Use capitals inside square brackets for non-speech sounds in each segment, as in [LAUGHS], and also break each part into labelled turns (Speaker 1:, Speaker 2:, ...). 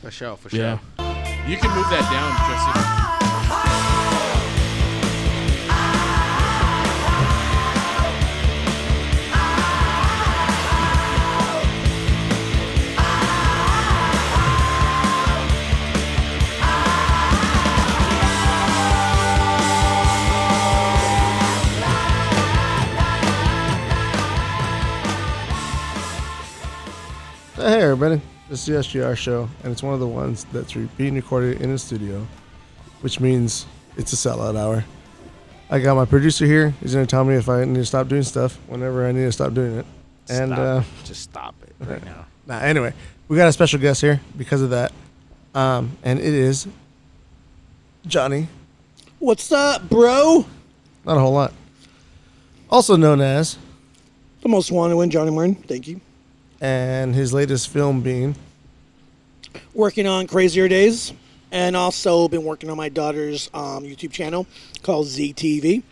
Speaker 1: For sure, for sure.
Speaker 2: Yeah.
Speaker 3: You can move that down, Jesse.
Speaker 4: Uh, Hey everybody, this is the SGR show, and it's one of the ones that's re- being recorded in a studio, which means it's a sellout hour. I got my producer here. He's gonna tell me if I need to stop doing stuff whenever I need to stop doing it. And
Speaker 1: Stop
Speaker 4: uh,
Speaker 1: it. just stop it
Speaker 3: [LAUGHS]
Speaker 1: right now.
Speaker 4: nah, anyway, we got a special guest here because of that, um, and it is Johnny.
Speaker 5: What's up, bro?
Speaker 4: Not a whole lot. Also known as,
Speaker 5: The most wanted one, Johnny Martin. Thank you.
Speaker 4: and his latest film being
Speaker 5: Working on Crazier Days, and also been working on my daughter's um, YouTube channel called ZTV.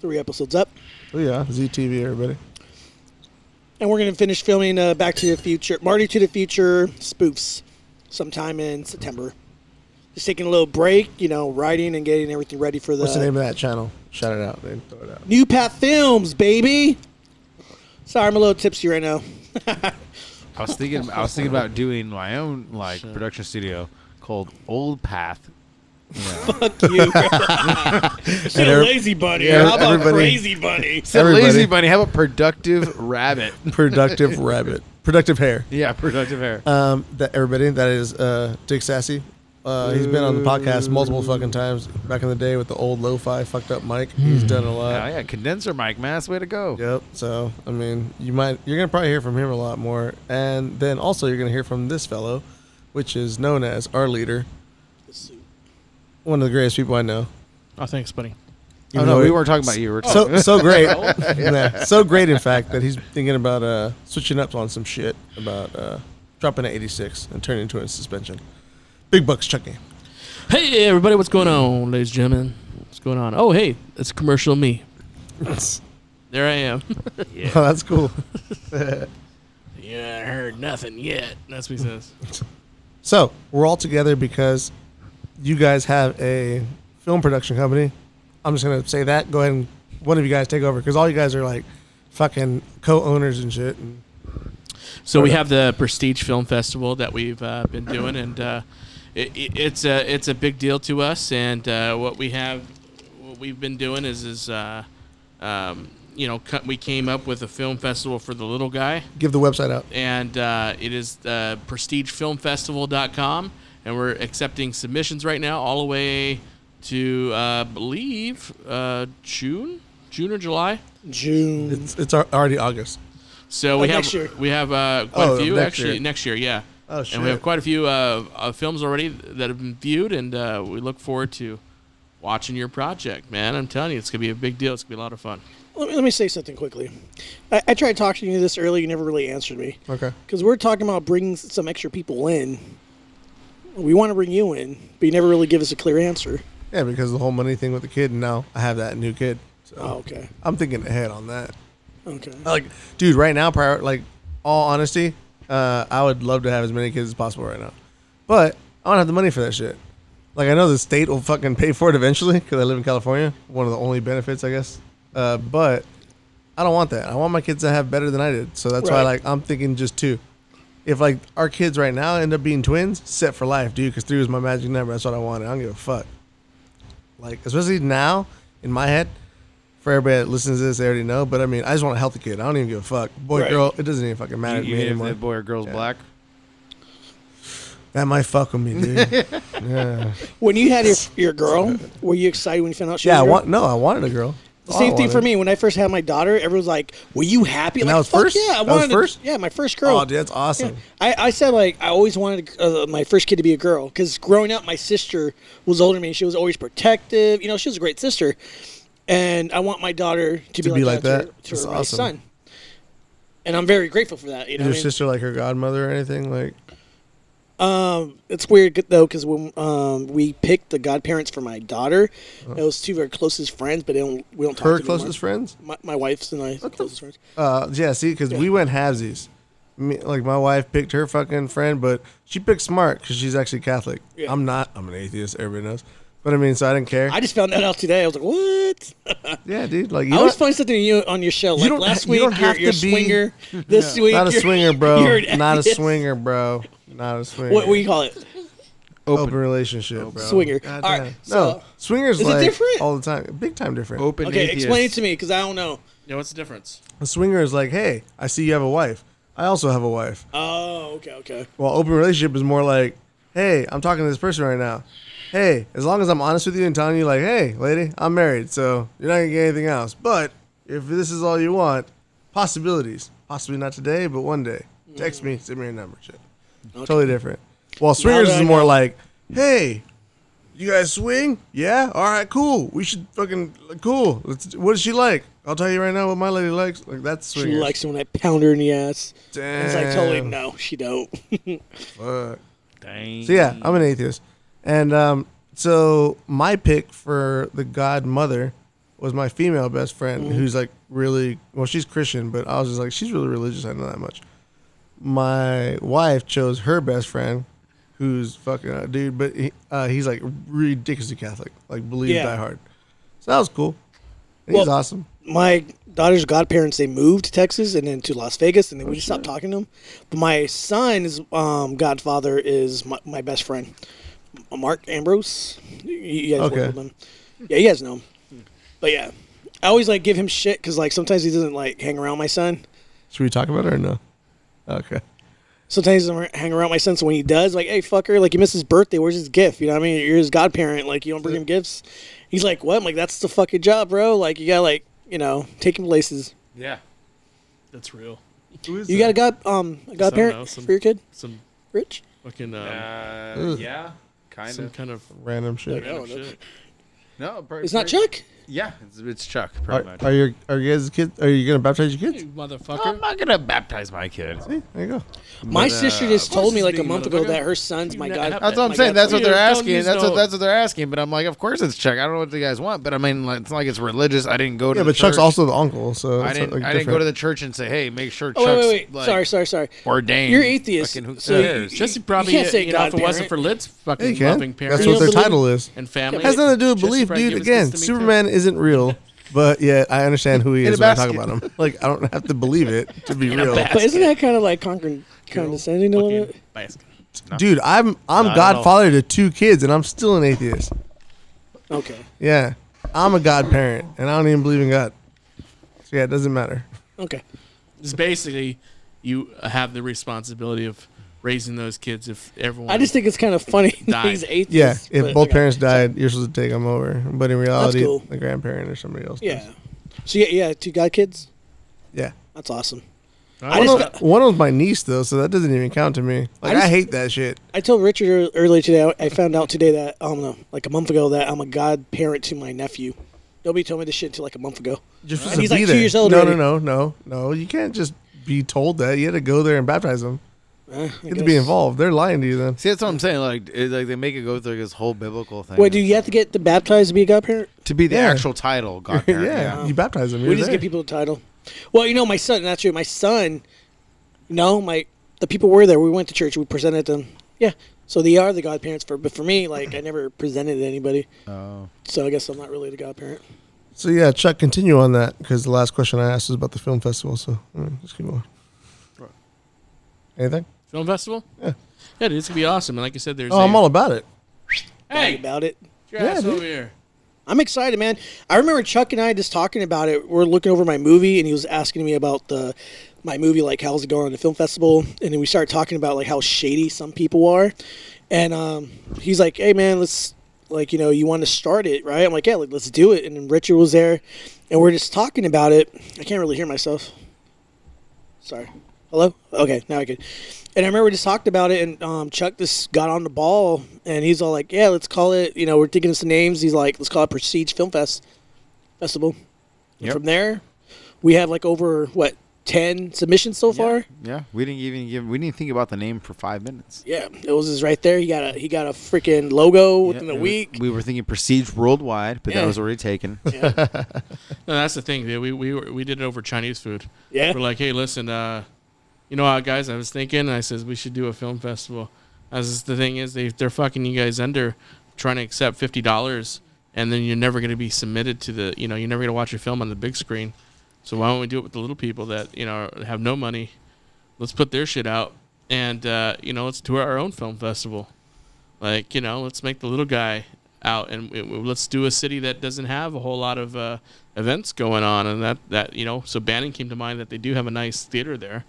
Speaker 5: Three episodes up,
Speaker 4: Oh yeah, ZTV, everybody.
Speaker 5: and we're gonna finish filming uh, Back to the Future, Marty to the Future spoofs, sometime in September. Just taking a little break, you know, writing and getting everything ready for the,
Speaker 4: What's the name of that channel? Shout it out, man. Throw it out.
Speaker 5: New Path Films, baby. Sorry, I'm a little tipsy right now.
Speaker 3: I was thinking. I was thinking about doing my own like production studio called Old Path.
Speaker 5: Fuck [LAUGHS] you. bro. Shit, a
Speaker 4: every-
Speaker 5: lazy bunny.
Speaker 4: Yeah,
Speaker 5: How about
Speaker 4: everybody-
Speaker 5: crazy bunny?
Speaker 3: Instead of
Speaker 4: Everybody.
Speaker 3: lazy bunny, have a productive [LAUGHS] rabbit.
Speaker 4: Productive rabbit. Productive hair.
Speaker 3: Yeah, productive hair.
Speaker 4: Um, that everybody that is uh, Dick Sassy. Uh, he's been on the podcast multiple fucking times back in the day with the old lo-fi fucked up mic. He's done a
Speaker 3: Oh,
Speaker 4: lot.
Speaker 3: yeah, condenser mic, man. That's the way to go.
Speaker 4: Yep. So I mean, you might you're gonna probably hear from him a lot more, and then also you're gonna hear from this fellow, which is known as our leader, one of the greatest people I know.
Speaker 2: Oh, thanks, buddy.
Speaker 3: Oh
Speaker 4: Even
Speaker 3: no,
Speaker 4: though
Speaker 3: we
Speaker 4: he-
Speaker 3: weren't talking about you. We were talking
Speaker 4: so so great, [LAUGHS] Yeah, so great in fact that he's thinking about uh, switching up on some shit about uh, dropping an 86 and turning into a suspension. Big bucks, E. [LAUGHS] Chucky.
Speaker 2: Hey, everybody, what's going on, ladies and gentlemen? What's going on? Oh, hey, it's commercial me. There I am. [LAUGHS]
Speaker 4: Oh, that's cool.
Speaker 2: yeah, I heard nothing yet. That's what he says.
Speaker 4: So we're all together because you guys have a film production company. I'm just gonna say that. Go ahead and one of you guys take over because all you guys are like fucking co-owners and shit. And
Speaker 2: [LAUGHS] So we have the Prestige Film Festival that we've uh, been doing, and uh, it, it- it's a it's a big deal to us. And uh, what we have, what we've been doing is is uh, um, you know cu- we came up with a film festival for the little guy,
Speaker 4: give the website out.
Speaker 2: and uh, it is uh, prestigefilmfestival.com, and we're accepting submissions right now, all the way to uh, I believe uh, June, June or July.
Speaker 5: June.
Speaker 4: It's it's al- already August.
Speaker 2: So we have
Speaker 5: next year.
Speaker 2: we have uh, quite
Speaker 4: Oh,
Speaker 2: a few
Speaker 4: next
Speaker 2: actually
Speaker 4: year.
Speaker 2: next year, yeah.
Speaker 4: Oh,
Speaker 2: And we
Speaker 4: shit.
Speaker 2: have quite a few uh, uh, films already that have been viewed, and uh, we look forward to watching your project, man. I'm telling you, it's gonna be a big deal. It's gonna be a lot of fun.
Speaker 5: Let me, let me say something quickly. I, I tried talking to you this earlier. You never really answered me.
Speaker 4: Okay.
Speaker 5: Because we're talking about bringing s- some extra people in. We want to bring you in, but you never really give us a clear answer.
Speaker 4: Yeah, because the whole money thing with the kid, and now I have that new kid. So
Speaker 5: Oh, okay.
Speaker 4: I'm thinking ahead on that.
Speaker 5: Okay.
Speaker 4: like dude right now prior like all honesty uh i would love to have as many kids as possible right now but i don't have the money for that shit like i know the state will fucking pay for it eventually because i live in california one of the only benefits i guess uh but i don't want that i want my kids to have better than i did so that's why
Speaker 5: Right.
Speaker 4: like i'm thinking just two if like our kids right now end up being twins set for life dude because three was my magic number that's what i wanted i don't give a fuck like especially now in my head for everybody that listens to this, they already know. But I mean, I just want a healthy kid. I don't even give a fuck. Boy,
Speaker 5: Right.
Speaker 4: girl, it doesn't even fucking matter
Speaker 3: about
Speaker 4: to
Speaker 3: you,
Speaker 4: me
Speaker 3: even if
Speaker 4: anymore.
Speaker 3: the boy or girl's black.
Speaker 4: that might fuck with me, dude. yeah.
Speaker 5: When you had your, your girl, were you excited when you found out she
Speaker 4: Yeah, I
Speaker 5: was a girl?
Speaker 4: want, no, I wanted a girl. That's all I
Speaker 5: Same thing for
Speaker 4: wanted.
Speaker 5: me. When I first had my daughter, everyone's like, "Were you happy?"
Speaker 4: And
Speaker 5: like,
Speaker 4: that was
Speaker 5: "Fuck
Speaker 4: first?
Speaker 5: Yeah, I
Speaker 4: That was
Speaker 5: wanted a-
Speaker 4: first?
Speaker 5: yeah, my first girl.
Speaker 4: Oh, dude, that's awesome.
Speaker 5: I, I said like I always wanted uh, my first kid to be a girl because growing up my sister was older than me. She was always protective. You know, she was a great sister, and I want my daughter to,
Speaker 4: be like that?
Speaker 5: that, to, her-
Speaker 4: That's
Speaker 5: to her
Speaker 4: awesome.
Speaker 5: son. And I'm very grateful for that. You
Speaker 4: Is
Speaker 5: know,
Speaker 4: your
Speaker 5: what I mean?
Speaker 4: sister like her godmother or anything? Like,
Speaker 5: Um, it's weird g- though because when um, we picked the godparents for my daughter, it was two of our closest friends, but they don't we don't talk
Speaker 4: Uh-huh. her
Speaker 5: to them anymore.
Speaker 4: closest friends?
Speaker 5: My, my wife's and I closest friends.
Speaker 4: Uh, yeah, see, because we went halvesies. me, like my wife picked her fucking friend, but she picked smart because she's actually Catholic.
Speaker 5: Yeah.
Speaker 4: I'm not. I'm an atheist. Everybody knows. But I mean, so I didn't care.
Speaker 5: I just found that out today. I was like, what?
Speaker 4: yeah, dude. Like you
Speaker 5: I
Speaker 4: don't-
Speaker 5: always find something new on your show. Like
Speaker 4: don't
Speaker 5: last
Speaker 4: ha- you
Speaker 5: week,
Speaker 4: don't
Speaker 5: you are
Speaker 4: have
Speaker 5: you're a
Speaker 4: to be- [LAUGHS]
Speaker 5: swinger. This week,
Speaker 4: not a
Speaker 5: you're-
Speaker 4: swinger, bro.
Speaker 5: you're an
Speaker 4: Not a
Speaker 5: atheist.
Speaker 4: swinger, bro. Not a swinger.
Speaker 5: What, what do you call it?
Speaker 4: open, relationship, bro.
Speaker 5: Swinger.
Speaker 4: God
Speaker 5: All
Speaker 4: damn.
Speaker 5: right,
Speaker 4: no,
Speaker 5: so-
Speaker 4: swingers
Speaker 5: Is it
Speaker 4: like
Speaker 5: different?
Speaker 4: all the time. Big time different.
Speaker 3: Open
Speaker 5: Okay,
Speaker 3: atheist.
Speaker 5: explain it to me because I don't know.
Speaker 2: Yeah, what's the difference?
Speaker 4: A swinger is like, hey, I see you have a wife. I also have a wife.
Speaker 5: Oh, okay, okay.
Speaker 4: Well, open relationship is more like, hey, I'm talking to this person right now. Hey, as long as I'm honest with you and telling you, like, hey, lady, I'm married, so you're not gonna get anything else. But if this is all you want, possibilities. Possibly not today, but one day. Text me, send me your number. Shit. Totally different. Well, swingers
Speaker 5: that
Speaker 4: is
Speaker 5: I
Speaker 4: more
Speaker 5: know-
Speaker 4: like, hey, you guys swing? Yeah. All right. Cool. We should fucking cool. Let's, what is she like? I'll tell you right now what my lady likes. Like that's
Speaker 5: She
Speaker 4: swingers.
Speaker 5: likes it when I pound her in the ass.
Speaker 4: Damn.
Speaker 5: It's like totally no, she don't. [LAUGHS]
Speaker 4: Fuck.
Speaker 3: Dang.
Speaker 4: So yeah, I'm an atheist, and um, so my pick for the godmother was my female best friend, who's like really well, she's Christian, but I was just like, she's really religious. I know that much. My wife chose her best friend, who's fucking a dude, but he, uh, he's like ridiculously Catholic, like believes
Speaker 5: Yeah.
Speaker 4: die hard. So that was cool. And he's
Speaker 5: Well-
Speaker 4: awesome.
Speaker 5: my daughter's godparents they moved to Texas and then to Las Vegas and then we just stopped talking to them. But my son's um, godfather is my, my best friend, Mark Ambrose. You- You guys
Speaker 4: Okay.
Speaker 5: work with him. Yeah, you guys know him. But yeah, I always like give him shit because like sometimes he doesn't like hang around my son.
Speaker 4: Should we talk about it or no? Okay.
Speaker 5: Sometimes I hang around my son, so when he does, like, hey, fucker, like, you missed his birthday. Where's his gift? You know what I mean? You're his godparent. Like, you don't bring him gifts. He's like, what? I'm like, that's the fucking job, bro. Like, you gotta, like, you know, take him places.
Speaker 3: Yeah.
Speaker 2: That's real.
Speaker 5: You got a god um a godparent
Speaker 2: know, some-
Speaker 5: for your kid,
Speaker 2: Some
Speaker 5: Rich?
Speaker 2: fucking um,
Speaker 3: Uh,
Speaker 4: Ugh.
Speaker 3: yeah. Kind
Speaker 2: some
Speaker 3: of.
Speaker 2: kind of
Speaker 4: Random shit.
Speaker 5: Yeah.
Speaker 2: random
Speaker 5: no.
Speaker 2: shit.
Speaker 3: No. Pretty,
Speaker 5: It's not
Speaker 3: pretty-
Speaker 5: Chuck.
Speaker 3: Yeah, it's, it's Chuck. Pretty
Speaker 4: Are,
Speaker 3: much.
Speaker 4: are your are you guys kids? Are you gonna baptize your kids?
Speaker 2: You
Speaker 3: I'm [LAUGHS]
Speaker 2: motherfucker.
Speaker 3: not gonna baptize my kid.
Speaker 4: See, there you go.
Speaker 5: My
Speaker 3: But, uh,
Speaker 5: sister just told me
Speaker 2: is
Speaker 5: like a
Speaker 2: being
Speaker 5: month ago
Speaker 2: motherfucker.
Speaker 5: that her son's my
Speaker 2: You
Speaker 5: god.
Speaker 2: have-
Speaker 3: That's what I'm
Speaker 5: my
Speaker 3: saying. That's what
Speaker 5: godfather.
Speaker 3: they're
Speaker 2: Don't
Speaker 3: asking.
Speaker 2: use
Speaker 3: That's what
Speaker 2: no-
Speaker 3: that's what they're asking. But I'm like, of course it's Chuck. I don't know what the guys want, but I mean, like, it's not like it's religious. I didn't go to.
Speaker 4: Yeah,
Speaker 3: the
Speaker 4: but Chuck's
Speaker 3: church.
Speaker 4: also the uncle, so
Speaker 3: I
Speaker 4: it's,
Speaker 3: didn't.
Speaker 4: like,
Speaker 3: I didn't go
Speaker 4: different.
Speaker 3: to the church and say, hey, make sure
Speaker 5: Oh
Speaker 3: Chuck's
Speaker 5: wait, wait, wait.
Speaker 3: Like,
Speaker 5: sorry, sorry, sorry.
Speaker 3: ordained.
Speaker 5: You're atheist,
Speaker 3: Fucking who
Speaker 5: so you-
Speaker 3: cares?
Speaker 2: Jesse probably,
Speaker 5: You
Speaker 2: you,
Speaker 5: can't say
Speaker 2: know, if it wasn't
Speaker 5: godparent.
Speaker 2: for Lid's
Speaker 4: Yeah, you
Speaker 2: fucking
Speaker 4: can.
Speaker 2: loving parents
Speaker 4: That's what
Speaker 5: You
Speaker 4: their
Speaker 5: don't believe-
Speaker 4: title is.
Speaker 2: and family,
Speaker 4: Has nothing to do with
Speaker 2: Jesse
Speaker 4: belief,
Speaker 2: probably
Speaker 4: dude.
Speaker 2: gave his
Speaker 4: Again,
Speaker 2: gifts to me, too.
Speaker 4: Superman isn't real, but yet I understand who he
Speaker 3: In
Speaker 4: is
Speaker 3: a
Speaker 4: when I talk
Speaker 3: basket.
Speaker 4: about him. Like I don't have to believe it to
Speaker 5: [LAUGHS]
Speaker 4: be real,
Speaker 5: But isn't that kind of like con- condescending a little bit?
Speaker 2: Fucking basket.
Speaker 4: dude. I'm
Speaker 3: Not
Speaker 4: I'm
Speaker 3: at all.
Speaker 4: godfather to two kids, and I'm still an atheist.
Speaker 5: Okay.
Speaker 4: Yeah, I'm a godparent, and I don't even believe in God. So yeah, it doesn't matter.
Speaker 5: Okay.
Speaker 2: It's basically you have the responsibility of raising those kids if everyone.
Speaker 5: I just think it's kind of funny [LAUGHS] that
Speaker 2: Died.
Speaker 5: he's atheist.
Speaker 4: Yeah, if
Speaker 5: but-
Speaker 4: both
Speaker 5: okay.
Speaker 4: parents died, you're supposed to take them over, but in reality,
Speaker 5: cool.
Speaker 4: the grandparent or somebody else.
Speaker 5: Yeah.
Speaker 4: does.
Speaker 5: So yeah, yeah, two god kids.
Speaker 4: yeah.
Speaker 5: That's awesome.
Speaker 2: I
Speaker 5: I
Speaker 4: One
Speaker 5: just
Speaker 4: of, one was my niece though, so that doesn't even count to me. Like I,
Speaker 5: just-
Speaker 4: hate that shit.
Speaker 5: I told Richard ear- earlier today. I- I found out today that I don't know, like a month ago, that I'm a godparent to my nephew. Nobody told me this shit until like a month ago.
Speaker 4: Just
Speaker 5: And
Speaker 4: to
Speaker 5: he's
Speaker 4: be
Speaker 5: like two
Speaker 4: there.
Speaker 5: years old
Speaker 4: No,
Speaker 5: already.
Speaker 4: no, no, no, no. You can't just be told that. You had to go there and baptize them.
Speaker 5: Eh, I
Speaker 4: You had to be
Speaker 5: guess.
Speaker 4: involved. They're lying to you [LAUGHS] then.
Speaker 3: See, that's what I'm saying. Like, it, like they make it go through this whole biblical thing.
Speaker 5: Wait, do you have to get the baptized to be a godparent?
Speaker 3: to be the
Speaker 4: Yeah.
Speaker 3: actual title
Speaker 4: [LAUGHS] yeah,
Speaker 3: godparent?
Speaker 4: you baptize them.
Speaker 5: We
Speaker 4: You're
Speaker 5: just
Speaker 4: there.
Speaker 5: give people the title. Well, you know, my son. Not true. My son. No, my the people were there. We went to church. We presented them. Yeah. So they are the godparents for. But for me, like I never presented to anybody.
Speaker 3: Oh.
Speaker 5: So I guess I'm not really the godparent.
Speaker 4: so yeah, Chuck, continue on that because the last question I asked was about the film festival. So mm, just keep going. Anything?
Speaker 2: film festival.
Speaker 4: Yeah.
Speaker 2: Yeah, dude, it's gonna be awesome. And like I said, there's.
Speaker 4: Oh,
Speaker 2: a,
Speaker 4: I'm all about it.
Speaker 5: Bad
Speaker 2: Hey,
Speaker 5: About it.
Speaker 2: your
Speaker 4: Yeah,
Speaker 2: ass
Speaker 4: dude.
Speaker 2: over here.
Speaker 5: I'm excited, man. I remember Chuck and I just talking about it. We're looking over my movie, and he was asking me about the my movie, like how's it going on the film festival, and then we started talking about like how shady some people are, and um, he's like, "Hey, man, let's like you know you want to start it, right?" I'm like, "Yeah, like let's do it." And then Richard was there, and we're just talking about it. I can't really hear myself. Sorry. Hello? Okay, now I can. And I remember we just talked about it, and um, Chuck just got on the ball, and he's all like, "Yeah, let's call it. You know, we're thinking of some names." He's like, "Let's call it Prestige Film Fest Festival." And
Speaker 3: Yep.
Speaker 5: From there, we have like over what ten submissions so far.
Speaker 3: Yeah, we didn't even give. We didn't think about the name for five minutes.
Speaker 5: Yeah, it was just right there. He got a he got a freaking logo within
Speaker 3: Yeah,
Speaker 5: a
Speaker 3: it was-
Speaker 5: week.
Speaker 3: we were thinking Prestige Worldwide, but
Speaker 5: Yeah.
Speaker 3: that was already
Speaker 5: [LAUGHS]
Speaker 3: taken. [LAUGHS]
Speaker 5: yeah.
Speaker 2: No, that's the thing. dude. We we were- we did it over Chinese food.
Speaker 5: Yeah.
Speaker 2: We're like, hey, listen, uh, you know what, guys? I was thinking. And I says we should do a film festival. As is- the thing is, they they're fucking you guys under, trying to accept fifty dollars, and then you're never going to be submitted to the. You know, you're never going to watch your film on the big screen. So why don't we do it with the little people that you know have no money? Let's put their shit out, and uh, you know, let's do our own film festival. Like you know, let's make the little guy out, and we- we- let's do a city that doesn't have a whole lot of uh, events going on, and that that you know. So Bannon came to mind that they do have a nice theater there,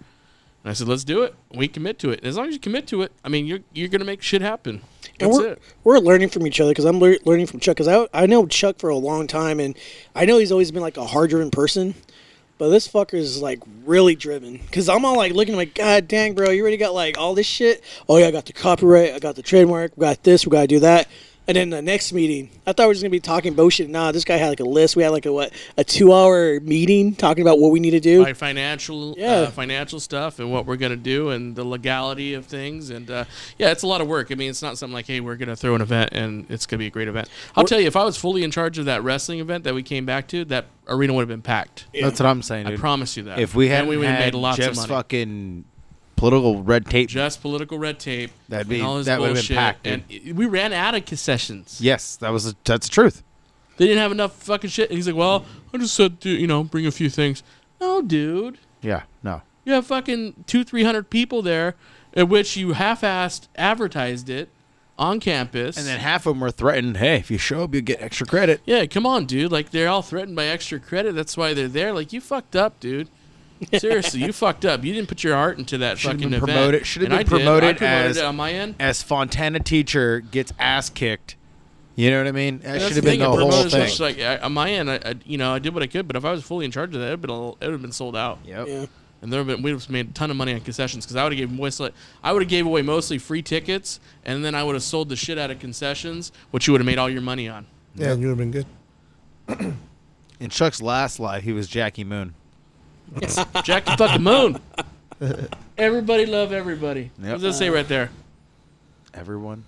Speaker 2: and I said, let's do it. We commit to it. And as long as you commit to it, I mean, you're you're gonna make shit happen.
Speaker 5: And
Speaker 2: That's
Speaker 5: we're,
Speaker 2: it.
Speaker 5: we're learning from each other because I'm lear- learning from Chuck because I, I know Chuck for a long time and I know he's always been like a hard driven person, but this fucker is like really driven because I'm all like looking like God dang bro, you already got like all this shit. Oh yeah, I got the copyright, I got the trademark, we got this, we gotta do that. And then the next meeting, I thought we were just gonna be talking bullshit. Nah, this guy had like a list. We had like a what a two hour meeting talking about what we need to do.
Speaker 2: By financial,
Speaker 5: Yeah.
Speaker 2: uh, financial stuff and what we're gonna do and the legality of things and uh, yeah, it's a lot of work. I mean, it's not something like hey, we're gonna throw an event and it's gonna be a great event. I'll tell you, if I was fully in charge of that wrestling event that we came back to, that arena would have been packed.
Speaker 3: That's what I'm saying,
Speaker 2: I
Speaker 3: dude.
Speaker 2: promise you that.
Speaker 3: if we
Speaker 2: And
Speaker 3: hadn't
Speaker 2: would've
Speaker 3: had Jeff's fucking political red tape,
Speaker 2: just political red tape,
Speaker 3: That'd be-
Speaker 2: and all this
Speaker 3: that would've been
Speaker 2: bullshit,
Speaker 3: packed,
Speaker 2: and
Speaker 3: dude.
Speaker 2: it- we ran out of concessions.
Speaker 3: yes, that was that's the truth.
Speaker 2: They didn't have enough fucking shit. And he's like, well, I just said, to, you know, bring a few things. No, dude.
Speaker 3: Yeah, no,
Speaker 2: You have fucking two, three hundred people there, at which you half-assed advertised it on campus.
Speaker 3: and then half of them were threatened. Hey, if you show up, you get extra credit.
Speaker 2: yeah, come on, dude. Like they're all threatened by extra credit. That's why they're there. Like you fucked up, dude.
Speaker 3: [LAUGHS]
Speaker 2: Seriously, you fucked up. You didn't put your heart into that
Speaker 3: Should've
Speaker 2: fucking
Speaker 3: been
Speaker 2: event.
Speaker 3: promoted- should've
Speaker 2: And
Speaker 3: been
Speaker 2: I did. I
Speaker 3: promoted
Speaker 2: promoted
Speaker 3: as-
Speaker 2: it on my end.
Speaker 3: As Fontana teacher gets ass kicked, you know what I mean? That
Speaker 2: That's
Speaker 3: should have been
Speaker 2: thing,
Speaker 3: the
Speaker 2: it
Speaker 3: whole
Speaker 2: promoted as
Speaker 3: thing.
Speaker 2: much, Like I- on my end, I, I, you know, I did what I could, but if I was fully in charge of that, it'd been a, little- it would have been sold out.
Speaker 3: Yep.
Speaker 5: yeah. [LAUGHS]
Speaker 2: and there been, we'd have made a ton of money on concessions because I would have gave mostly, I would have gave away mostly free tickets, and then I would have sold the shit out of concessions, which you would have made all your money on.
Speaker 4: Yeah, you would have been good.
Speaker 3: In Chuck's last life, he was Jackie Moon.
Speaker 2: Jack the fucking moon. Everybody love everybody.
Speaker 3: Yep.
Speaker 2: What does it say right there?
Speaker 3: Everyone.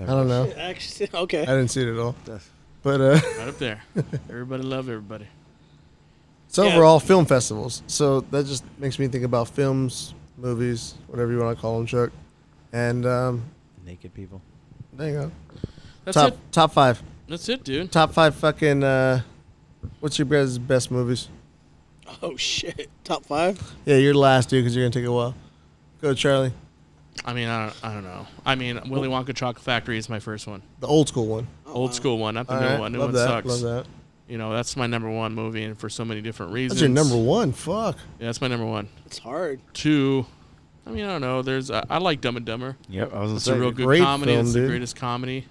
Speaker 4: I don't know.
Speaker 5: Actually, okay.
Speaker 4: I didn't see it at all.
Speaker 3: That's-
Speaker 4: But uh, [LAUGHS]
Speaker 2: Right up there. Everybody love everybody.
Speaker 4: so
Speaker 5: Yeah.
Speaker 4: overall, film festivals. So that just makes me think about films, movies, whatever you want to call them, Chuck. And um,
Speaker 3: Naked people.
Speaker 4: there you go.
Speaker 2: That's
Speaker 4: top
Speaker 2: it.
Speaker 4: top five.
Speaker 2: That's it, dude.
Speaker 4: Top five fucking. Uh, what's your guys' best movies?
Speaker 5: Oh shit. Top five.
Speaker 4: Yeah, you're last, dude, because you're gonna take a while. Go, Charlie.
Speaker 2: I mean, I don't, I don't know. I mean, Willy Wonka Chocolate Factory is my first one.
Speaker 4: The old school one.
Speaker 2: Old school one, not the
Speaker 4: All
Speaker 2: new
Speaker 4: right,
Speaker 2: one. New
Speaker 4: love
Speaker 2: one
Speaker 4: that.
Speaker 2: sucks.
Speaker 4: Love that.
Speaker 2: You know, that's my number one movie, and for so many different reasons.
Speaker 4: That's your number one. Fuck.
Speaker 2: Yeah, that's my number one.
Speaker 5: It's hard.
Speaker 2: Two, I mean, I don't know. There's, I, I like Dumb and Dumber.
Speaker 3: Yep, I was gonna
Speaker 2: It's a
Speaker 3: say.
Speaker 2: real good
Speaker 4: great
Speaker 2: comedy.
Speaker 4: film,
Speaker 2: it's the
Speaker 4: dude.
Speaker 2: greatest comedy,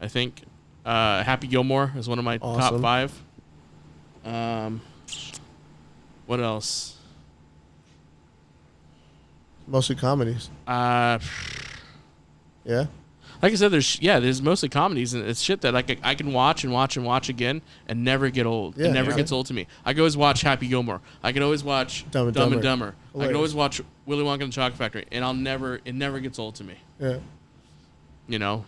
Speaker 2: I think. Uh, Happy Gilmore is one of my top
Speaker 4: Awesome.
Speaker 2: five. Um, what else?
Speaker 4: Mostly comedies.
Speaker 2: Uh,
Speaker 4: Yeah.
Speaker 2: like I said, there's yeah, there's mostly comedies and it's shit that like I can watch and watch and watch again and never get old.
Speaker 4: Yeah,
Speaker 2: it never
Speaker 4: yeah.
Speaker 2: gets old to me. I can always watch Happy Gilmore. I can always watch Dumb and Dumber. I can
Speaker 4: Hilarious.
Speaker 2: always watch Willy Wonka and the Chocolate Factory, and I'll never it never gets old to me.
Speaker 4: Yeah.
Speaker 2: you know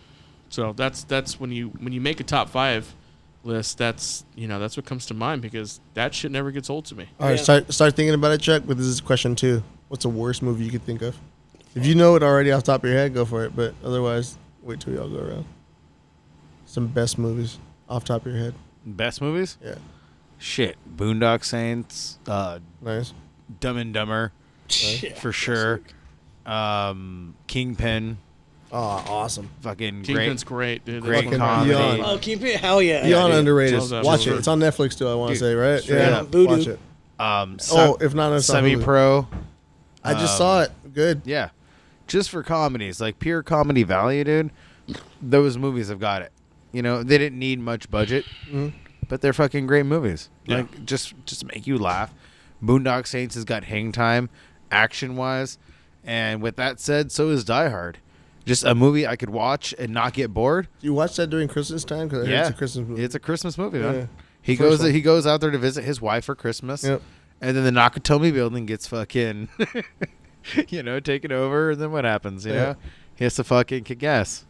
Speaker 2: so that's that's when you when you make a top five list that's you know that's what comes to mind because that shit never gets old to me
Speaker 3: Oh,
Speaker 4: All right,
Speaker 5: Yeah.
Speaker 4: start start thinking about it, Chuck. But this is question two. What's the worst movie you could think of? If you know it already off the top of your head, go for it. But otherwise, wait till y'all go around. Some best movies off top of your head.
Speaker 3: Best movies?
Speaker 4: Yeah,
Speaker 3: Shit, Boondock Saints, uh,
Speaker 4: nice.
Speaker 3: Dumb and Dumber,
Speaker 5: Shit.
Speaker 3: for sure. Um, Kingpin,
Speaker 4: Oh, awesome.
Speaker 3: fucking
Speaker 2: Kingpin's
Speaker 3: great.
Speaker 2: great dude That's
Speaker 3: great
Speaker 2: fucking-
Speaker 3: comedy.
Speaker 4: beyond.
Speaker 5: [LAUGHS] Oh, keep it. Hell yeah.
Speaker 4: Beyond
Speaker 3: dude.
Speaker 4: underrated.
Speaker 2: Tell that
Speaker 4: Watch
Speaker 2: story.
Speaker 4: it. It's on Netflix too. I want
Speaker 3: Dude,
Speaker 4: to say right.
Speaker 3: straight
Speaker 4: Yeah,
Speaker 5: up. Voodoo.
Speaker 4: watch it.
Speaker 3: Um, se-
Speaker 4: Oh, if not, it's on Hulu.
Speaker 3: semi-pro.
Speaker 4: I just saw it. Good.
Speaker 3: Um, Yeah, just for comedies, like pure comedy value, dude. Those movies have got it. You know, they didn't need much budget,
Speaker 4: Mm-hmm.
Speaker 3: but they're fucking great movies.
Speaker 2: Yeah.
Speaker 3: Like just just make you laugh. Boondock Saints has got hang time, action wise, and with that said, so is Die Hard. Just a movie I could watch and not get bored.
Speaker 4: You watched that during Christmas time because
Speaker 3: yeah,
Speaker 4: it's a Christmas movie.
Speaker 3: It's a Christmas movie, man.
Speaker 4: Yeah.
Speaker 3: He
Speaker 4: The first
Speaker 3: goes
Speaker 4: one.
Speaker 3: he goes out there to visit his wife for Christmas,
Speaker 4: Yep.
Speaker 3: and then the Nakatomi Building gets fucking, [LAUGHS] you know, taken over. And then what happens? You
Speaker 4: Yeah.
Speaker 3: know, he has to fucking kick ass.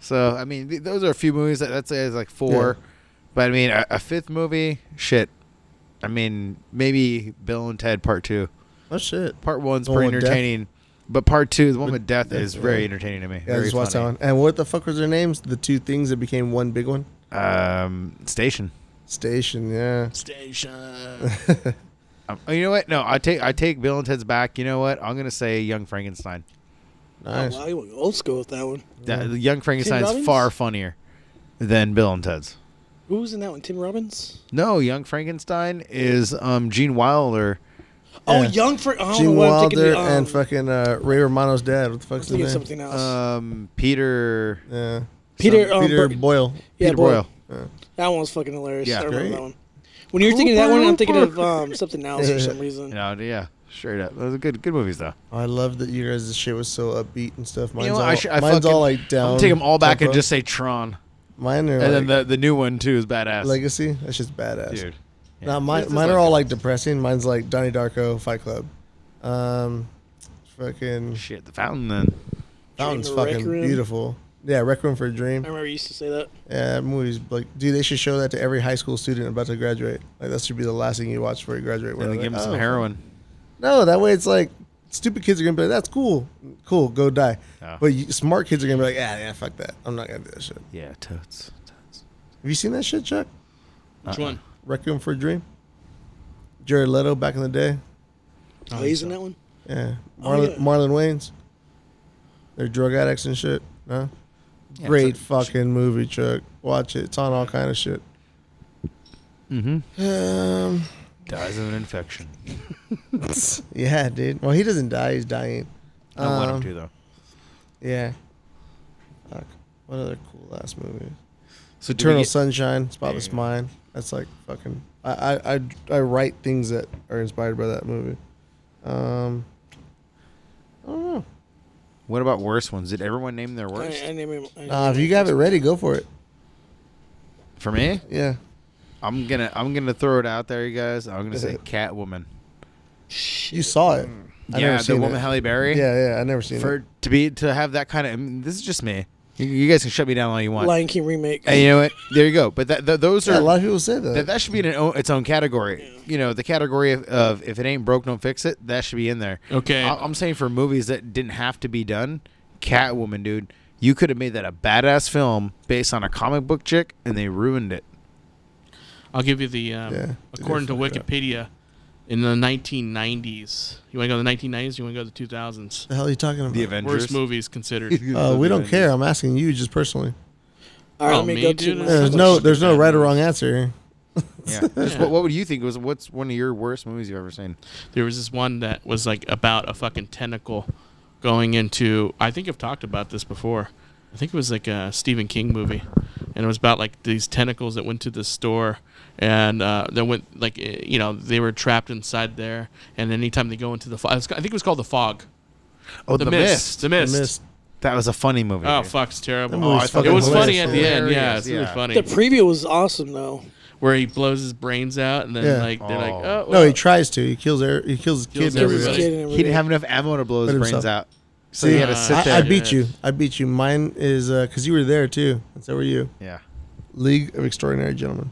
Speaker 3: So I mean, th- those are a few movies that that's uh, like four, but I mean, a, a fifth movie, shit. I mean, maybe Bill and Ted Part Two.
Speaker 4: Oh shit.
Speaker 3: Part one's
Speaker 4: The one
Speaker 3: pretty
Speaker 4: with death?
Speaker 3: entertaining, but part two, the one with death, is
Speaker 4: death,
Speaker 3: very
Speaker 4: yeah.
Speaker 3: entertaining to me.
Speaker 4: Yeah, I
Speaker 3: very
Speaker 4: just watched that
Speaker 3: funny.
Speaker 4: one. And what the fuck was their names? The two things that became one big one.
Speaker 3: Um, Station.
Speaker 4: Station. Yeah.
Speaker 2: Station.
Speaker 3: Um, oh, you know what? No, I take I take Bill and Ted's back. You know what? I'm gonna say Young Frankenstein.
Speaker 4: Nice.
Speaker 5: Oh, wow, you went old school with that one.
Speaker 3: That, Young
Speaker 5: Robbins?
Speaker 3: Frankenstein's far funnier than Bill and Ted's.
Speaker 5: Who was in that one? Tim Robbins.
Speaker 3: No, Young Frankenstein is um Gene Wilder.
Speaker 5: Oh,
Speaker 4: Yeah.
Speaker 5: young for oh,
Speaker 4: Gene
Speaker 5: what I'm
Speaker 4: Wilder
Speaker 5: thinking, um,
Speaker 4: and fucking uh, Ray Romano's dad. What the fuck's his
Speaker 5: thinking
Speaker 4: name?
Speaker 5: something else.
Speaker 3: Um, Peter
Speaker 4: Yeah.
Speaker 5: Peter,
Speaker 4: Some-
Speaker 5: um,
Speaker 4: Peter
Speaker 5: Bur-
Speaker 4: Boyle.
Speaker 5: yeah,
Speaker 3: Peter
Speaker 5: boy,
Speaker 3: Boyle.
Speaker 5: That one was fucking hilarious.
Speaker 3: Yeah.
Speaker 5: I remember
Speaker 4: Great.
Speaker 5: that one. When you were thinking of that one, I'm thinking of um, something
Speaker 4: [LAUGHS]
Speaker 5: else for some
Speaker 3: You
Speaker 5: reason.
Speaker 3: know, yeah, straight up. Those are good good movies though.
Speaker 4: Oh, I love that you guys' shit was so upbeat and stuff. Mine's,
Speaker 3: you know, what?
Speaker 4: all,
Speaker 3: I should, I
Speaker 4: mine's
Speaker 3: fucking,
Speaker 4: all like down.
Speaker 3: I'm gonna take them all back and
Speaker 4: tempo.
Speaker 3: just say Tron,
Speaker 4: mine are
Speaker 3: and then
Speaker 4: like,
Speaker 3: the the new one too is badass.
Speaker 4: legacy. That's just badass.
Speaker 3: dude. Yeah.
Speaker 4: Now mine,
Speaker 3: This is
Speaker 4: mine are all like depressing. Mine's like Donnie Darko, Fight Club, um, fucking
Speaker 3: shit. The Fountain then.
Speaker 4: that one's
Speaker 5: Dream of
Speaker 4: fucking
Speaker 5: Requiem.
Speaker 4: beautiful. Yeah, Requiem for a Dream.
Speaker 5: I remember you used to say
Speaker 3: Uh-uh.
Speaker 5: that.
Speaker 4: Yeah, that movie's like, dude, they should show that to every high school student about to graduate. Like that should be the last thing you watch before you graduate.
Speaker 3: And
Speaker 4: Where
Speaker 3: they
Speaker 4: like,
Speaker 3: give him some
Speaker 4: oh,
Speaker 3: heroin.
Speaker 4: No, that way it's like stupid kids are gonna be like, that's cool, cool, go die.
Speaker 3: Oh.
Speaker 4: But you, smart kids are gonna be like, ah, yeah, fuck that. I'm not gonna do that shit.
Speaker 3: Yeah, totes. totes. Uh-uh.
Speaker 4: Have you seen that shit, Chuck?
Speaker 2: Which one?
Speaker 4: Requiem for a Dream. Jared Leto back in the day.
Speaker 5: Oh, he's in that one.
Speaker 4: Yeah.
Speaker 5: Oh,
Speaker 4: Marlon,
Speaker 5: yeah.
Speaker 4: Marlon Wayans. They're drug addicts and shit. Huh?
Speaker 3: Yeah,
Speaker 4: Great
Speaker 3: it's like-
Speaker 4: fucking movie, Chuck. Watch it. It's on all kind of shit.
Speaker 3: Mhm.
Speaker 4: Um,
Speaker 3: Dies of an infection.
Speaker 4: [LAUGHS] yeah, dude. Well, he doesn't die. He's dying.
Speaker 3: I don't want
Speaker 4: Um,
Speaker 3: him to though.
Speaker 4: Yeah. Fuck. What other cool ass movie?
Speaker 3: So do we
Speaker 4: Eternal
Speaker 3: get-
Speaker 4: Sunshine, Spotless
Speaker 3: There you go.
Speaker 4: Mind. That's like fucking. I, I I I write things that are inspired by that movie. Um. I don't know.
Speaker 3: What about worst ones? Did everyone name their
Speaker 5: I,
Speaker 3: worst?
Speaker 5: I name him. I
Speaker 4: Uh, if you have it ready, go for it.
Speaker 3: For me,
Speaker 4: Yeah.
Speaker 3: I'm gonna I'm gonna throw it out there, you guys. I'm gonna
Speaker 4: [LAUGHS]
Speaker 3: say Catwoman.
Speaker 4: You saw it. I
Speaker 3: Mm. yeah,
Speaker 4: never
Speaker 3: the
Speaker 4: seen
Speaker 3: woman
Speaker 4: it.
Speaker 3: Halle Berry.
Speaker 4: Yeah, yeah, I never seen
Speaker 3: For
Speaker 4: it.
Speaker 3: to be to have that kind of I mean, this is just me. You, you guys can shut me down all you want.
Speaker 5: Lion King remake.
Speaker 3: and you know what? There you go. But that, th those
Speaker 4: Yeah,
Speaker 3: are
Speaker 4: a lot of people say that.
Speaker 3: that, that should be in an own, its own category. You know, the category of, of if it ain't broke, don't fix it. That should be in there.
Speaker 2: Okay.
Speaker 3: I, I'm saying for movies that didn't have to be done, Catwoman, dude, you could have made that a badass film based on a comic book chick, and they ruined it.
Speaker 2: I'll give you the. Um,
Speaker 4: Yeah.
Speaker 2: According to
Speaker 4: They fucked it up.
Speaker 2: Wikipedia, in the 1990s. You want to go to the 1990s? You want to go to the 2000s?
Speaker 4: the hell are you talking about?
Speaker 3: The Avengers.
Speaker 2: Worst [LAUGHS]
Speaker 3: [LAUGHS]
Speaker 2: movies considered.
Speaker 4: Uh, we don't care. I'm asking you just personally.
Speaker 5: All right,
Speaker 2: Oh,
Speaker 5: let me,
Speaker 2: me,
Speaker 5: go to
Speaker 2: dude?
Speaker 5: my-
Speaker 4: There's no, there's no right or wrong answer. here.
Speaker 3: Yeah. Just What, what would you think was what's one of your worst movies you've ever seen?
Speaker 2: There was this one that was like about a fucking tentacle going into. I think I've talked about this before. I think it was like a Stephen King movie, and it was about like these tentacles that went to the store, and uh, that went like eh, you know they were trapped inside there, and anytime they go into the fog, I think it was called the fog,
Speaker 3: Oh,
Speaker 2: the mist,
Speaker 4: I missed.
Speaker 3: That was a funny movie.
Speaker 2: Oh
Speaker 3: dude.
Speaker 2: fuck, it's terrible.
Speaker 4: movie's
Speaker 2: I thought it
Speaker 4: fucking
Speaker 2: was funny at the
Speaker 4: hilarious.
Speaker 2: end. Yeah, it's
Speaker 3: Yeah.
Speaker 2: really funny.
Speaker 5: The preview was awesome though.
Speaker 2: where he blows his brains out, and then
Speaker 4: Yeah.
Speaker 2: like they're like,
Speaker 3: Oh.
Speaker 2: oh,
Speaker 4: No, he
Speaker 2: well,
Speaker 4: tries to. He kills. Er- he kills his
Speaker 2: Kills
Speaker 4: kid. and
Speaker 2: everybody.
Speaker 4: everybody.
Speaker 5: Kid and
Speaker 3: He didn't
Speaker 5: everything.
Speaker 3: have enough ammo to blow his
Speaker 4: But
Speaker 3: brains
Speaker 4: himself.
Speaker 3: out. So he had to
Speaker 2: See,
Speaker 3: sit
Speaker 2: I-
Speaker 3: there.
Speaker 4: Uh, I, I beat
Speaker 2: Yeah.
Speaker 4: you. I beat you. Mine is because you were there too. And so were you.
Speaker 3: yeah.
Speaker 4: League of Extraordinary Gentlemen.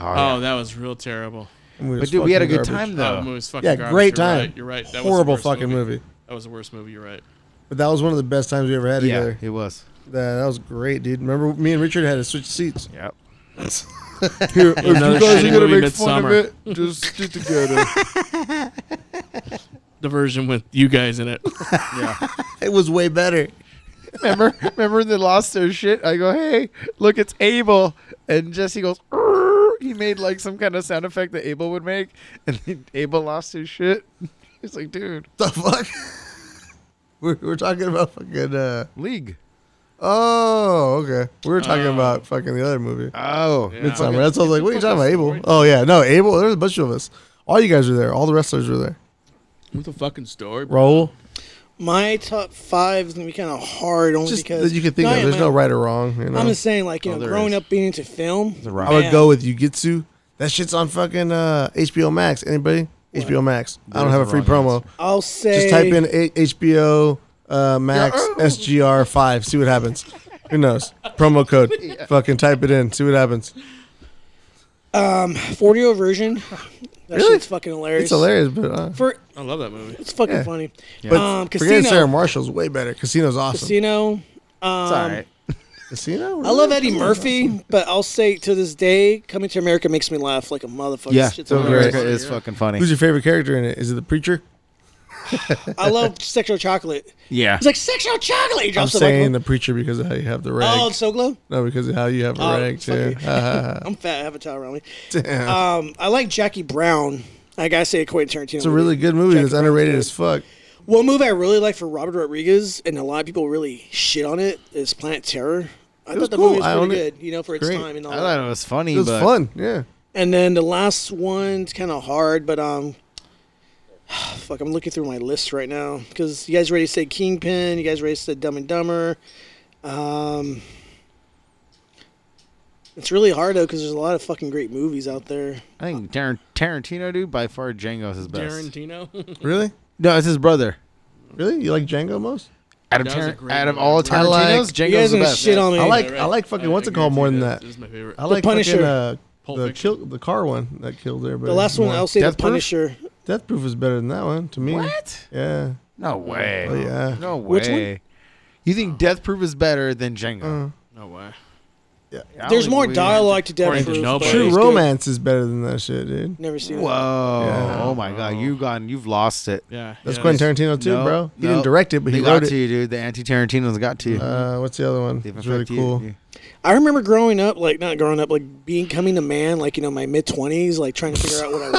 Speaker 3: Oh, yeah.
Speaker 2: oh, that was real terrible.
Speaker 4: That movie
Speaker 3: But
Speaker 4: was
Speaker 3: dude, we had a
Speaker 4: fucking
Speaker 3: good
Speaker 4: garbage.
Speaker 3: time
Speaker 2: Oh,
Speaker 3: though.
Speaker 2: the movie was fucking
Speaker 4: Yeah,
Speaker 2: garbage.
Speaker 4: great
Speaker 2: You're
Speaker 4: time.
Speaker 2: right, You're right. That
Speaker 4: Horrible
Speaker 2: was the worst
Speaker 4: fucking movie.
Speaker 2: That was the worst movie. You're
Speaker 4: [LAUGHS]
Speaker 2: right.
Speaker 4: But that was one of the best times we ever had
Speaker 3: yeah,
Speaker 4: together.
Speaker 3: it was.
Speaker 4: That, that was great, dude. Remember, me and Richard had to switch seats.
Speaker 3: Yep.
Speaker 4: Here, if
Speaker 2: Another shitty movie, Midsommar.
Speaker 4: it, just stick together.
Speaker 2: The version with you guys
Speaker 4: [LAUGHS]
Speaker 2: in it.
Speaker 3: [LAUGHS] Yeah.
Speaker 4: it was way better.
Speaker 3: remember, remember when they lost their shit? I go, hey, look, it's Abel, and Jesse goes. "Arr." He made like some kind of sound effect that Abel would make, and then Abel lost his shit. [LAUGHS] He's like, dude,
Speaker 4: The fuck? [LAUGHS] we're, we're talking about fucking. Uh,
Speaker 3: league.
Speaker 4: oh, okay. We were talking
Speaker 2: Oh.
Speaker 4: about fucking the other movie.
Speaker 3: Oh,
Speaker 2: Yeah.
Speaker 4: Midsummer.
Speaker 2: Fucking-
Speaker 4: That's what I was like, what are
Speaker 2: Fucking
Speaker 4: you talking about, Abel?
Speaker 2: story.
Speaker 4: Oh, yeah. No, Abel, there was a bunch of us. All you guys were there. All the wrestlers were there.
Speaker 2: What's the fucking story? bro?
Speaker 4: Raul.
Speaker 5: My top five is gonna be kind of hard only
Speaker 4: Just
Speaker 5: because
Speaker 4: that you can think
Speaker 5: No,
Speaker 4: of.
Speaker 5: yeah,
Speaker 4: There's
Speaker 5: man.
Speaker 4: no right or wrong. You know?
Speaker 5: I'm just saying, like you
Speaker 3: Oh,
Speaker 5: know,
Speaker 3: there
Speaker 5: growing
Speaker 3: is.
Speaker 5: up being into film,
Speaker 3: a rock.
Speaker 4: I would
Speaker 5: man,
Speaker 4: go with Yugitsu. That shit's on fucking uh, HBO Max. Anybody? HBO Max. I don't
Speaker 3: There's
Speaker 4: have a
Speaker 3: the
Speaker 4: free
Speaker 3: wrong
Speaker 4: promo.
Speaker 3: answer.
Speaker 5: I'll say
Speaker 4: Just type in a- HBO uh, Max SGR five. See what happens. Who knows? Promo code. Fucking type it in. See what happens.
Speaker 5: forty year version. [LAUGHS] That
Speaker 4: Really?
Speaker 5: shit's fucking hilarious.
Speaker 4: It's hilarious, but uh,
Speaker 5: For
Speaker 2: I love that movie.
Speaker 5: it's fucking
Speaker 4: Yeah.
Speaker 5: funny.
Speaker 4: but
Speaker 5: Um,
Speaker 4: forgetting
Speaker 5: Casino.
Speaker 4: Sarah Marshall's way better. Casino's awesome.
Speaker 5: Casino.
Speaker 3: It's all right.
Speaker 4: Casino.
Speaker 5: I love Eddie Murphy, but I'll say to this day, Coming to America makes me laugh like a motherfucker.
Speaker 3: Yeah,
Speaker 5: Shit's
Speaker 3: so
Speaker 5: hilarious.
Speaker 3: America is fucking funny.
Speaker 4: Who's your favorite character in it? Is it the preacher?
Speaker 5: I love sexual chocolate.
Speaker 3: Yeah.
Speaker 5: It's like sexual chocolate. He
Speaker 4: I'm
Speaker 5: drops the
Speaker 4: saying
Speaker 5: microphone.
Speaker 4: the preacher because of how you have the rag.
Speaker 5: oh, it's so glow.
Speaker 4: no, because of how you have a
Speaker 5: Oh,
Speaker 4: rag
Speaker 5: fuck
Speaker 4: too.
Speaker 5: you. I'm fat. I have a towel around me.
Speaker 4: [LAUGHS]
Speaker 5: [LAUGHS]
Speaker 4: Damn.
Speaker 5: Um, I like Jackie Brown. I gotta say, a Quentin Tarantino.
Speaker 4: it's a really good movie that's underrated as fuck.
Speaker 5: One movie I really like for Robert Rodriguez, and a lot of people really shit on it, is Planet Terror. I
Speaker 4: was
Speaker 5: thought the
Speaker 4: cool.
Speaker 5: movie was
Speaker 4: I
Speaker 5: pretty
Speaker 4: own it.
Speaker 5: good, you know, for its
Speaker 4: Great.
Speaker 5: time and all
Speaker 3: I
Speaker 5: that.
Speaker 3: thought it was funny,
Speaker 4: It was
Speaker 3: but
Speaker 4: fun. Yeah.
Speaker 5: And then the last one's kind of hard, but um, [SIGHS] fuck, I'm looking through my list right now because you guys already said Kingpin, you guys already said Dumb and Dumber. Um, it's really hard though because there's a lot of fucking great movies out there.
Speaker 3: I think Tar- Tarantino, dude, by far Django's his best.
Speaker 2: Tarantino. [LAUGHS]
Speaker 4: Really?
Speaker 3: no, it's his brother.
Speaker 4: Really? You like Django most?
Speaker 3: Out of,
Speaker 2: That was a
Speaker 3: Tar-
Speaker 2: great
Speaker 3: out of
Speaker 2: movie.
Speaker 3: all
Speaker 4: I
Speaker 3: Tarantino's,
Speaker 4: like-
Speaker 5: you guys
Speaker 3: Django's the
Speaker 5: gonna
Speaker 3: best.
Speaker 5: shit on me?
Speaker 4: I like
Speaker 2: Yeah,
Speaker 4: I
Speaker 2: right.
Speaker 4: like fucking what's it called more than that.
Speaker 2: This is my favorite.
Speaker 4: I like
Speaker 5: Punisher.
Speaker 4: fucking uh,
Speaker 2: Pulp
Speaker 4: the
Speaker 2: Fiction.
Speaker 4: kill the car one that killed everybody.
Speaker 5: the last one,
Speaker 4: more.
Speaker 5: I'll say
Speaker 4: Death
Speaker 5: The
Speaker 4: Proof?
Speaker 5: Punisher.
Speaker 4: Death Proof is better than that one to me.
Speaker 3: What?
Speaker 4: Yeah.
Speaker 3: No way.
Speaker 4: Oh, yeah.
Speaker 3: No way.
Speaker 5: Which one? Oh.
Speaker 3: You think Death Proof is better than Django?
Speaker 4: Uh,
Speaker 2: No way.
Speaker 3: I
Speaker 5: There's
Speaker 3: don't
Speaker 5: more
Speaker 3: think we-
Speaker 5: dialogue to Death
Speaker 2: According to
Speaker 5: Proof. but
Speaker 2: nobody.
Speaker 5: it's
Speaker 4: True
Speaker 5: good.
Speaker 4: Romance is better than that shit, dude.
Speaker 5: Never seen. it.
Speaker 3: Whoa!
Speaker 4: Yeah.
Speaker 3: Oh my God, you gone, you've lost it.
Speaker 2: Yeah.
Speaker 4: That's
Speaker 2: yeah,
Speaker 4: Quentin Tarantino too,
Speaker 3: No,
Speaker 4: bro. He
Speaker 3: no.
Speaker 4: didn't direct it, but
Speaker 3: they
Speaker 4: he
Speaker 3: got
Speaker 4: wrote
Speaker 3: to
Speaker 4: it.
Speaker 3: you, dude. The anti-Tarantino's got to you.
Speaker 4: Uh, what's the other one?
Speaker 3: They've
Speaker 4: It's really
Speaker 3: affected
Speaker 4: cool.
Speaker 3: You.
Speaker 5: I remember growing up, like not growing up, like becoming a man, like you know, my mid twenties, like trying to figure out what I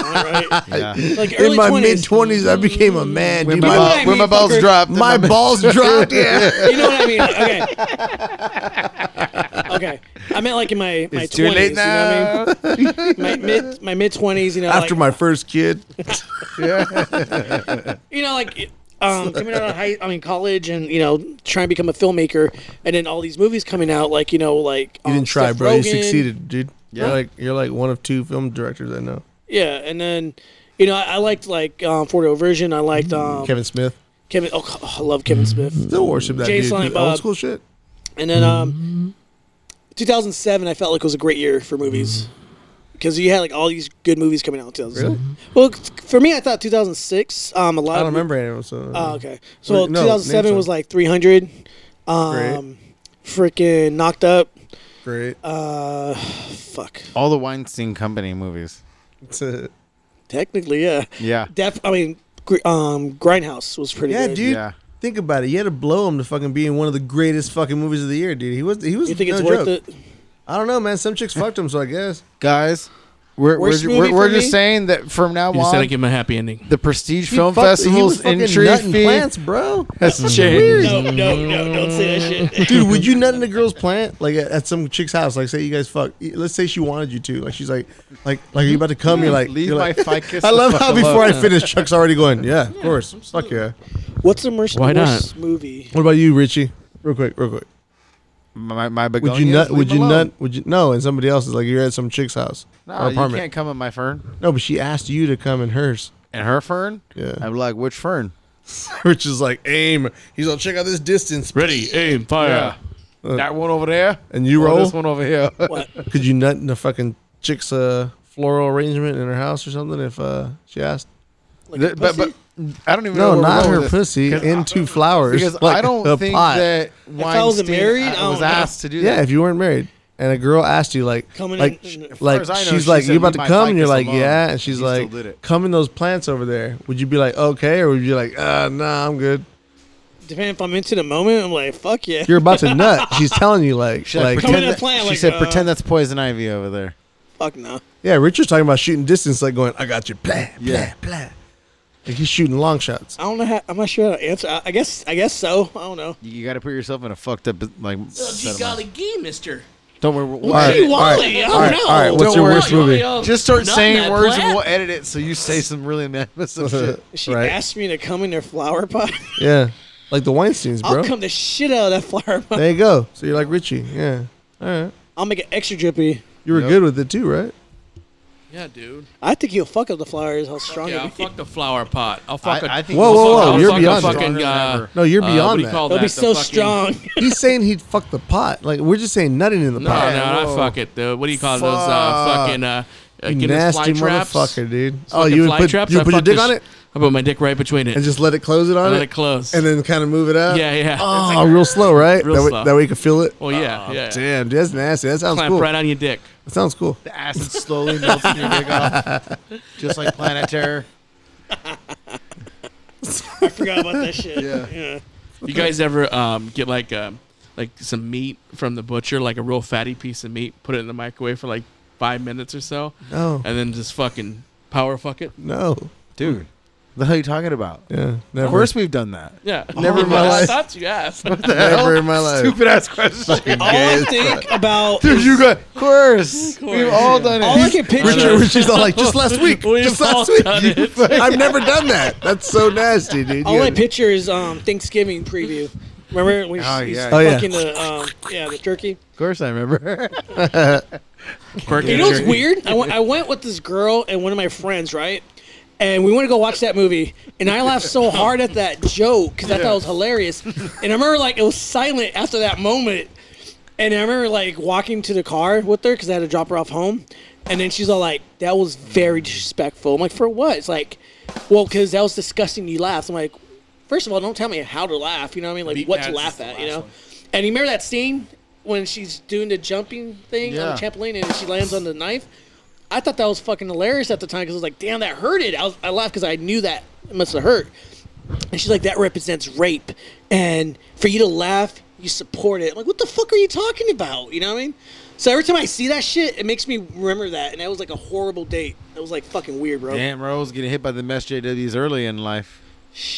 Speaker 4: [LAUGHS]
Speaker 5: want, right?
Speaker 3: Yeah.
Speaker 5: Like
Speaker 4: In
Speaker 5: early
Speaker 4: my
Speaker 5: 20s.
Speaker 4: mid twenties, I became a man.
Speaker 3: when
Speaker 4: [LAUGHS] Dude,
Speaker 3: my,
Speaker 5: You know what
Speaker 4: my,
Speaker 5: I
Speaker 3: when my
Speaker 5: mean,
Speaker 3: balls
Speaker 5: fucker?
Speaker 3: dropped,
Speaker 4: my balls dropped. Yeah,
Speaker 5: you know what I mean?
Speaker 4: [LAUGHS]
Speaker 5: Okay. okay. I meant like in my my
Speaker 3: It's too late
Speaker 5: twenties. You know what I mean? [LAUGHS] My mid my mid twenties. You know,
Speaker 4: after
Speaker 5: like,
Speaker 4: my first kid.
Speaker 5: you know, like um, coming out of high, I mean, college, and you know, trying to become a filmmaker, and then all these movies coming out, like you know, like
Speaker 4: You
Speaker 5: um,
Speaker 4: didn't try,
Speaker 5: Seth
Speaker 4: bro. You
Speaker 5: Rogen.
Speaker 4: succeeded, dude.
Speaker 3: Yeah.
Speaker 4: You're like you're like one of two film directors I know.
Speaker 5: Yeah, and then. You know, I, I liked like um, Ford Version. I liked um, Kevin.
Speaker 4: Mm, Kevin Mm. Smith.
Speaker 5: Oh, God, I love Kevin Smith.
Speaker 4: Still worship that
Speaker 5: Jay
Speaker 4: dude.
Speaker 5: Silent uh,
Speaker 4: dude.
Speaker 5: Bob.
Speaker 4: Old school shit.
Speaker 5: And then um, 2007, I felt like was a great year for movies
Speaker 4: Mm.
Speaker 5: because you had like all these good movies coming out. in 2007. Well, c- for me, I thought 2006. Um, a
Speaker 4: I
Speaker 5: lot.
Speaker 4: don't
Speaker 5: of-
Speaker 4: remember any of them. So
Speaker 5: Oh, okay. So
Speaker 4: No,
Speaker 5: 2007
Speaker 4: name
Speaker 5: was
Speaker 4: some.
Speaker 5: like 300. Um, freaking knocked up. [LAUGHS]
Speaker 4: great.
Speaker 5: Uh, fuck.
Speaker 3: [LAUGHS] All the Weinstein Company movies.
Speaker 4: It's a-
Speaker 5: Technically, yeah.
Speaker 3: Yeah.
Speaker 5: Def. I mean, gr- um, Grindhouse was pretty.
Speaker 4: yeah,
Speaker 5: good.
Speaker 4: dude.
Speaker 3: Yeah.
Speaker 4: Think about it. You had to blow him to fucking be in one of the greatest fucking movies of the year, dude. He was he was
Speaker 5: You think
Speaker 4: no
Speaker 5: it's
Speaker 4: joke.
Speaker 5: worth it?
Speaker 4: I don't know, man. Some chicks fucked him, so I guess.
Speaker 3: Guys, we're we're,
Speaker 5: Worst
Speaker 3: ju-
Speaker 5: movie
Speaker 3: we're, we're
Speaker 5: for
Speaker 3: just
Speaker 5: me?
Speaker 3: saying that from now
Speaker 2: You just said I
Speaker 3: on,
Speaker 2: give him a happy ending.
Speaker 3: the prestige
Speaker 4: He
Speaker 3: [LAUGHS] film
Speaker 4: fucked- he
Speaker 3: festivals
Speaker 4: was fucking
Speaker 3: entry
Speaker 4: nutting
Speaker 3: fee
Speaker 4: plants, bro.
Speaker 3: has changed.
Speaker 5: No, no, no! Don't say
Speaker 4: [LAUGHS]
Speaker 5: that shit.
Speaker 4: Dude, would you nut in a girl's plant like at, at some chick's house? Like, say you guys fuck. Let's say she wanted you to. Like, she's like, like, like, are you about to come? You're like,
Speaker 3: Leave
Speaker 4: you're
Speaker 3: my
Speaker 4: like,
Speaker 3: ficus.
Speaker 4: [LAUGHS] I
Speaker 3: the
Speaker 4: love
Speaker 3: fuck
Speaker 4: how before I
Speaker 3: alone.
Speaker 4: finish, Chuck's already going. Yeah, of course. Fuck yeah.
Speaker 5: What's the worst,
Speaker 2: Why not?
Speaker 5: worst movie?
Speaker 4: What about you, Richie? Real quick, real quick.
Speaker 3: my my
Speaker 4: Would
Speaker 3: begonias,
Speaker 4: you nut? Would
Speaker 3: leave
Speaker 4: you
Speaker 3: alone.
Speaker 4: nut? Would you no? And somebody else is like, you're at some chick's house
Speaker 3: No,
Speaker 4: or
Speaker 3: you
Speaker 4: apartment.
Speaker 3: can't come in my fern
Speaker 4: No, but she asked you to come in hers. [LAUGHS]
Speaker 3: and her fern.
Speaker 4: Yeah.
Speaker 3: I'm like, which fern?
Speaker 4: Which is like aim. He's like, check out this distance.
Speaker 2: Ready, aim, fire.
Speaker 4: Uh,
Speaker 3: that one over there.
Speaker 4: And you
Speaker 3: or
Speaker 4: roll.
Speaker 3: this one over
Speaker 4: [LAUGHS]
Speaker 3: here.
Speaker 5: What?
Speaker 4: Could you nut in a fucking chick's uh, floral arrangement in her house or something if uh, she asked?
Speaker 5: Like
Speaker 3: Th- but, but I don't even
Speaker 4: No,
Speaker 3: know. where we're
Speaker 4: not
Speaker 3: going
Speaker 4: her
Speaker 3: with this. [LAUGHS]
Speaker 4: pussy. Into flowers.
Speaker 3: Because
Speaker 4: like
Speaker 3: I don't
Speaker 4: a
Speaker 3: think
Speaker 4: pot.
Speaker 3: that
Speaker 5: I wasn't
Speaker 3: Weinstein
Speaker 5: married,
Speaker 3: uh,
Speaker 5: I don't
Speaker 3: was
Speaker 5: know.
Speaker 3: asked to do
Speaker 4: Yeah,
Speaker 3: that.
Speaker 4: if you weren't married and a girl asked you like,
Speaker 5: Coming
Speaker 4: like,
Speaker 5: in-
Speaker 4: sh-
Speaker 5: as
Speaker 4: like
Speaker 3: far as I know,
Speaker 4: she's
Speaker 3: she
Speaker 4: like,
Speaker 3: said,
Speaker 4: you about
Speaker 3: "Leave
Speaker 4: to
Speaker 3: my
Speaker 4: come, and you're
Speaker 3: ficus
Speaker 4: like,
Speaker 3: alone,"
Speaker 4: yeah, and she's
Speaker 3: and he still
Speaker 4: like,
Speaker 3: did it.
Speaker 4: come in those plants over there. Would you be like, okay, or would you be like, uh, nah, I'm good.
Speaker 5: depending if I'm into the moment, I'm like, fuck yeah.
Speaker 4: You're about to nut. She's telling you like,
Speaker 3: She's
Speaker 4: like,
Speaker 5: Come in and
Speaker 3: that,
Speaker 5: play,
Speaker 3: she
Speaker 5: like,
Speaker 3: said,
Speaker 5: uh,
Speaker 3: pretend that's poison ivy over there.
Speaker 5: fuck no.
Speaker 4: yeah, Richard's talking about shooting distance, like going, I got you, blah, blah, blah. Like he's shooting long shots.
Speaker 5: I don't know how. I'm not sure how to answer. I, I guess. I guess so. I don't know.
Speaker 3: You, got to put yourself in a fucked up like. set of mind.
Speaker 2: gee, mister.
Speaker 3: Don't worry. we'll-
Speaker 5: Well,
Speaker 3: we'll-
Speaker 5: gee, Wally, I don't know.
Speaker 4: all right. What's
Speaker 3: Don't
Speaker 4: your
Speaker 3: worry.
Speaker 4: worst movie?
Speaker 3: Just start
Speaker 2: Not
Speaker 3: saying
Speaker 2: that
Speaker 3: words
Speaker 2: plant.
Speaker 3: and we'll edit it so you say some really
Speaker 4: [LAUGHS]
Speaker 3: massive shit.
Speaker 5: She
Speaker 4: Right.
Speaker 5: asked me to come in their flower pot. [LAUGHS]
Speaker 4: Yeah, like the Weinstein's,
Speaker 5: I'll
Speaker 4: bro.
Speaker 5: come the shit out of that flower pot.
Speaker 4: There you go. So you're like Richie. Yeah. All right.
Speaker 5: I'll make it extra drippy.
Speaker 4: You were
Speaker 3: Yep.
Speaker 4: good with it too, right?
Speaker 2: Yeah, dude.
Speaker 5: I think he'll fuck up the flowers. How strong
Speaker 2: Yeah, I'll
Speaker 5: it is.
Speaker 2: fuck the flower pot. I'll fuck a
Speaker 3: I- I think
Speaker 4: Whoa,
Speaker 2: I'll
Speaker 4: whoa,
Speaker 2: fuck-
Speaker 4: whoa!
Speaker 2: I'll
Speaker 4: You're
Speaker 2: fuck a
Speaker 4: beyond it.
Speaker 2: fucking, uh,
Speaker 4: No, you're
Speaker 2: uh,
Speaker 4: beyond
Speaker 2: what do you
Speaker 4: that.
Speaker 2: call
Speaker 5: It'll
Speaker 2: that?
Speaker 5: be
Speaker 2: The
Speaker 5: so
Speaker 2: fucking-
Speaker 5: strong. [LAUGHS]
Speaker 4: He's saying he'd fuck the pot. Like we're just saying nutting in the
Speaker 2: No,
Speaker 4: pot.
Speaker 2: no, not
Speaker 3: whoa.
Speaker 2: fuck it. The, what do you call those uh,
Speaker 4: Fuck.
Speaker 2: fucking uh, uh,
Speaker 4: You
Speaker 2: get in
Speaker 4: nasty
Speaker 2: fly traps.
Speaker 4: motherfucker, dude.
Speaker 2: Oh, you would put, traps.
Speaker 4: you
Speaker 2: I
Speaker 4: would put your
Speaker 2: fucked
Speaker 4: dick
Speaker 2: this-
Speaker 4: on it
Speaker 2: I put my dick right between it.
Speaker 4: and just let it close it on
Speaker 2: let
Speaker 4: it,
Speaker 2: it close.
Speaker 4: and then kind of move it up.
Speaker 2: yeah, yeah.
Speaker 4: [LAUGHS] Oh,
Speaker 2: It's like,
Speaker 4: real slow, right?
Speaker 2: Real
Speaker 4: that, way,
Speaker 2: slow.
Speaker 4: that way you can feel it.
Speaker 2: oh yeah,
Speaker 4: Oh,
Speaker 2: yeah.
Speaker 4: Damn, dude, that's nasty. That sounds
Speaker 2: Clamp
Speaker 4: cool.
Speaker 2: right on your dick.
Speaker 4: That sounds cool.
Speaker 3: The acid slowly melts your dick off,
Speaker 4: [LAUGHS]
Speaker 3: just like Planet Terror.
Speaker 5: I forgot about that shit.
Speaker 3: Yeah.
Speaker 2: You guys ever um, get like um, like some meat from the butcher, like a real fatty piece of meat, put it in the microwave for like five minutes or so,
Speaker 4: No,
Speaker 2: and then just fucking power fuck it?
Speaker 4: no.
Speaker 3: Dude, the hell are you talking about?
Speaker 4: Yeah, never.
Speaker 3: Of
Speaker 4: [LAUGHS]
Speaker 3: course we've done that.
Speaker 2: Yeah.
Speaker 4: Never in my
Speaker 2: I
Speaker 4: life.
Speaker 2: thought you asked.
Speaker 4: never in my life.
Speaker 3: Stupid ass question.
Speaker 5: All I think about
Speaker 3: Dude, you got. Of course.
Speaker 2: course,
Speaker 3: We've all
Speaker 2: yeah.
Speaker 3: done it.
Speaker 5: all I can
Speaker 4: Richard,
Speaker 5: picture.
Speaker 4: Richard's all like, [LAUGHS]
Speaker 2: [LAUGHS]
Speaker 4: just last week,
Speaker 2: We've
Speaker 4: just
Speaker 2: all [LAUGHS]
Speaker 4: last week.
Speaker 2: done
Speaker 4: You
Speaker 2: it.
Speaker 4: fuck- I've never done that. That's so nasty, dude.
Speaker 5: All
Speaker 4: You-
Speaker 5: I picture is um, Thanksgiving preview. Remember when he's,
Speaker 3: Oh,
Speaker 5: he's
Speaker 3: yeah.
Speaker 4: Oh, yeah.
Speaker 5: fucking the um, yeah the turkey?
Speaker 3: of course I remember. [LAUGHS]
Speaker 2: Quirky
Speaker 5: You know what's
Speaker 2: jerky.
Speaker 5: weird? I went, I went with this girl and one of my friends, right? And we went to go watch that movie, and I
Speaker 2: [LAUGHS]
Speaker 5: laughed so hard at that joke because I thought it was hilarious. And I remember like it was silent after that moment. And I remember like walking to the car with her because I had to drop her off home, and then she's all like, "That was very disrespectful." I'm like, "For what?" It's like, "Well, because that was disgusting." You laughed. I'm like, first of all, don't tell me how to laugh. You know what I mean? Like,
Speaker 2: Beat
Speaker 5: what
Speaker 2: Mads
Speaker 5: to
Speaker 2: is
Speaker 5: laugh
Speaker 2: the
Speaker 5: at? You
Speaker 2: last
Speaker 5: know?"
Speaker 2: one.
Speaker 5: And you remember that scene when she's doing the jumping thing on
Speaker 3: Yeah.
Speaker 5: the trampoline and she lands on the knife? I thought that was fucking hilarious at the time because I was like, damn, that hurted. I, was, I laughed because I knew that it must have hurt. And she's like, that represents rape. And for you to laugh, you support it. I'm like, what the fuck are you talking about? You know what I mean? So every time I see that shit, it makes me remember that. And that was like a horrible date. That was like fucking weird, bro.
Speaker 3: Damn, Rose getting hit by the mesh JWs early in life.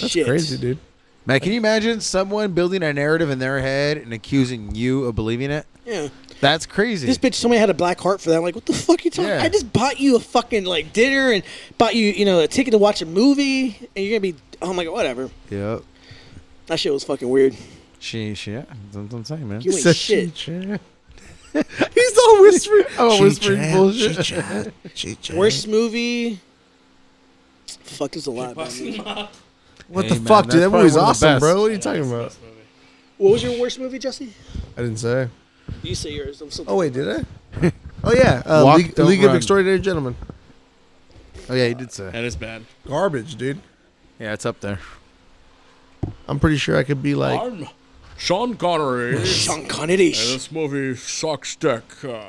Speaker 4: That's
Speaker 5: shit.
Speaker 4: crazy, dude.
Speaker 3: Man, can you imagine someone building a narrative in their head and accusing you of believing it?
Speaker 5: Yeah.
Speaker 3: That's crazy.
Speaker 5: This bitch told me I had a black heart for that. I'm like, what the fuck you talking?
Speaker 3: Yeah.
Speaker 5: I just bought you a fucking like dinner and bought you, you know, a ticket to watch a movie, and you're gonna be, oh my god, whatever.
Speaker 3: Yep.
Speaker 5: That shit was fucking weird.
Speaker 3: She, she, yeah. That's what I'm saying, man.
Speaker 5: You ain't
Speaker 4: Such-
Speaker 5: shit.
Speaker 4: [LAUGHS]
Speaker 3: He's all
Speaker 2: [LAUGHS]
Speaker 3: whispering. Oh,
Speaker 4: She
Speaker 3: whispering
Speaker 4: jacked,
Speaker 3: bullshit.
Speaker 4: She jacked, she jacked.
Speaker 5: Worst movie. Fuck is a lot. about me.
Speaker 4: What
Speaker 3: Hey,
Speaker 4: the
Speaker 3: man,
Speaker 4: fuck,
Speaker 3: that's
Speaker 4: dude?
Speaker 3: probably
Speaker 4: That movie's
Speaker 3: one of the
Speaker 4: awesome,
Speaker 3: best.
Speaker 4: bro. What are you talking about?
Speaker 5: What was your worst movie, Jesse?
Speaker 4: I didn't say.
Speaker 5: You say yours. I'm so
Speaker 4: Oh
Speaker 3: [LAUGHS]
Speaker 4: wait, did I? Oh yeah, uh,
Speaker 3: Walk,
Speaker 4: League,
Speaker 3: don't
Speaker 4: League of
Speaker 3: run.
Speaker 4: Extraordinary Gentlemen.
Speaker 3: Oh, yeah, he did say.
Speaker 2: That is bad.
Speaker 4: Garbage, dude.
Speaker 3: Yeah, it's up there.
Speaker 4: I'm pretty sure I could be like.
Speaker 2: I'm Sean Connery.
Speaker 5: Sean Connery.
Speaker 2: movie sucks dick. uh.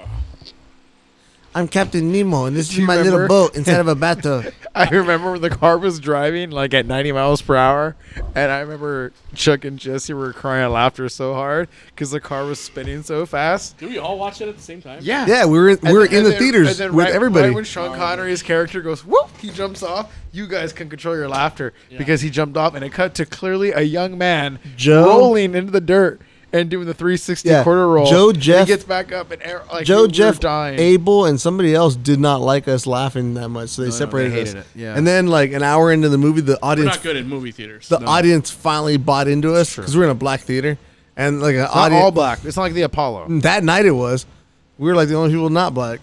Speaker 4: I'm Captain Nemo, and this is
Speaker 3: you
Speaker 4: my little
Speaker 3: remember?
Speaker 4: boat inside of
Speaker 3: [LAUGHS]
Speaker 4: a bathtub.
Speaker 3: I remember when the car was driving like at 90 miles per hour, and I remember Chuck and Jesse were crying out laughter so hard because the car was spinning so fast.
Speaker 2: Did we all watch it at the same time?
Speaker 3: Yeah,
Speaker 4: yeah, we were in, we
Speaker 3: And
Speaker 4: were
Speaker 3: then-
Speaker 4: in
Speaker 3: and
Speaker 4: the
Speaker 3: then-
Speaker 4: theaters
Speaker 3: and then
Speaker 4: with
Speaker 3: right-
Speaker 4: everybody.
Speaker 3: Right when Sean Connery's character goes whoop, he jumps off. You guys can control your laughter because he jumped off, and it cut to clearly a young man
Speaker 4: Joe-
Speaker 3: rolling into the dirt and doing the 360
Speaker 4: Yeah.
Speaker 3: quarter roll.
Speaker 4: Joe,
Speaker 3: And
Speaker 4: Jeff-
Speaker 3: he gets back up and air, like we
Speaker 4: Joe,
Speaker 3: were
Speaker 4: Jeff,
Speaker 3: dying.
Speaker 4: Abel, and somebody else did not like us laughing that much, so they
Speaker 3: no,
Speaker 4: separated
Speaker 3: they
Speaker 4: us.
Speaker 3: hated it, yeah.
Speaker 4: And then, like an hour into the movie, the
Speaker 2: We're
Speaker 4: audience
Speaker 2: not good at movie theaters.
Speaker 4: the audience finally bought into us because we're in a black theater, and like an
Speaker 3: not
Speaker 4: audience
Speaker 3: all black. It's not like the Apollo.
Speaker 4: that night it was, we were like the only people not black.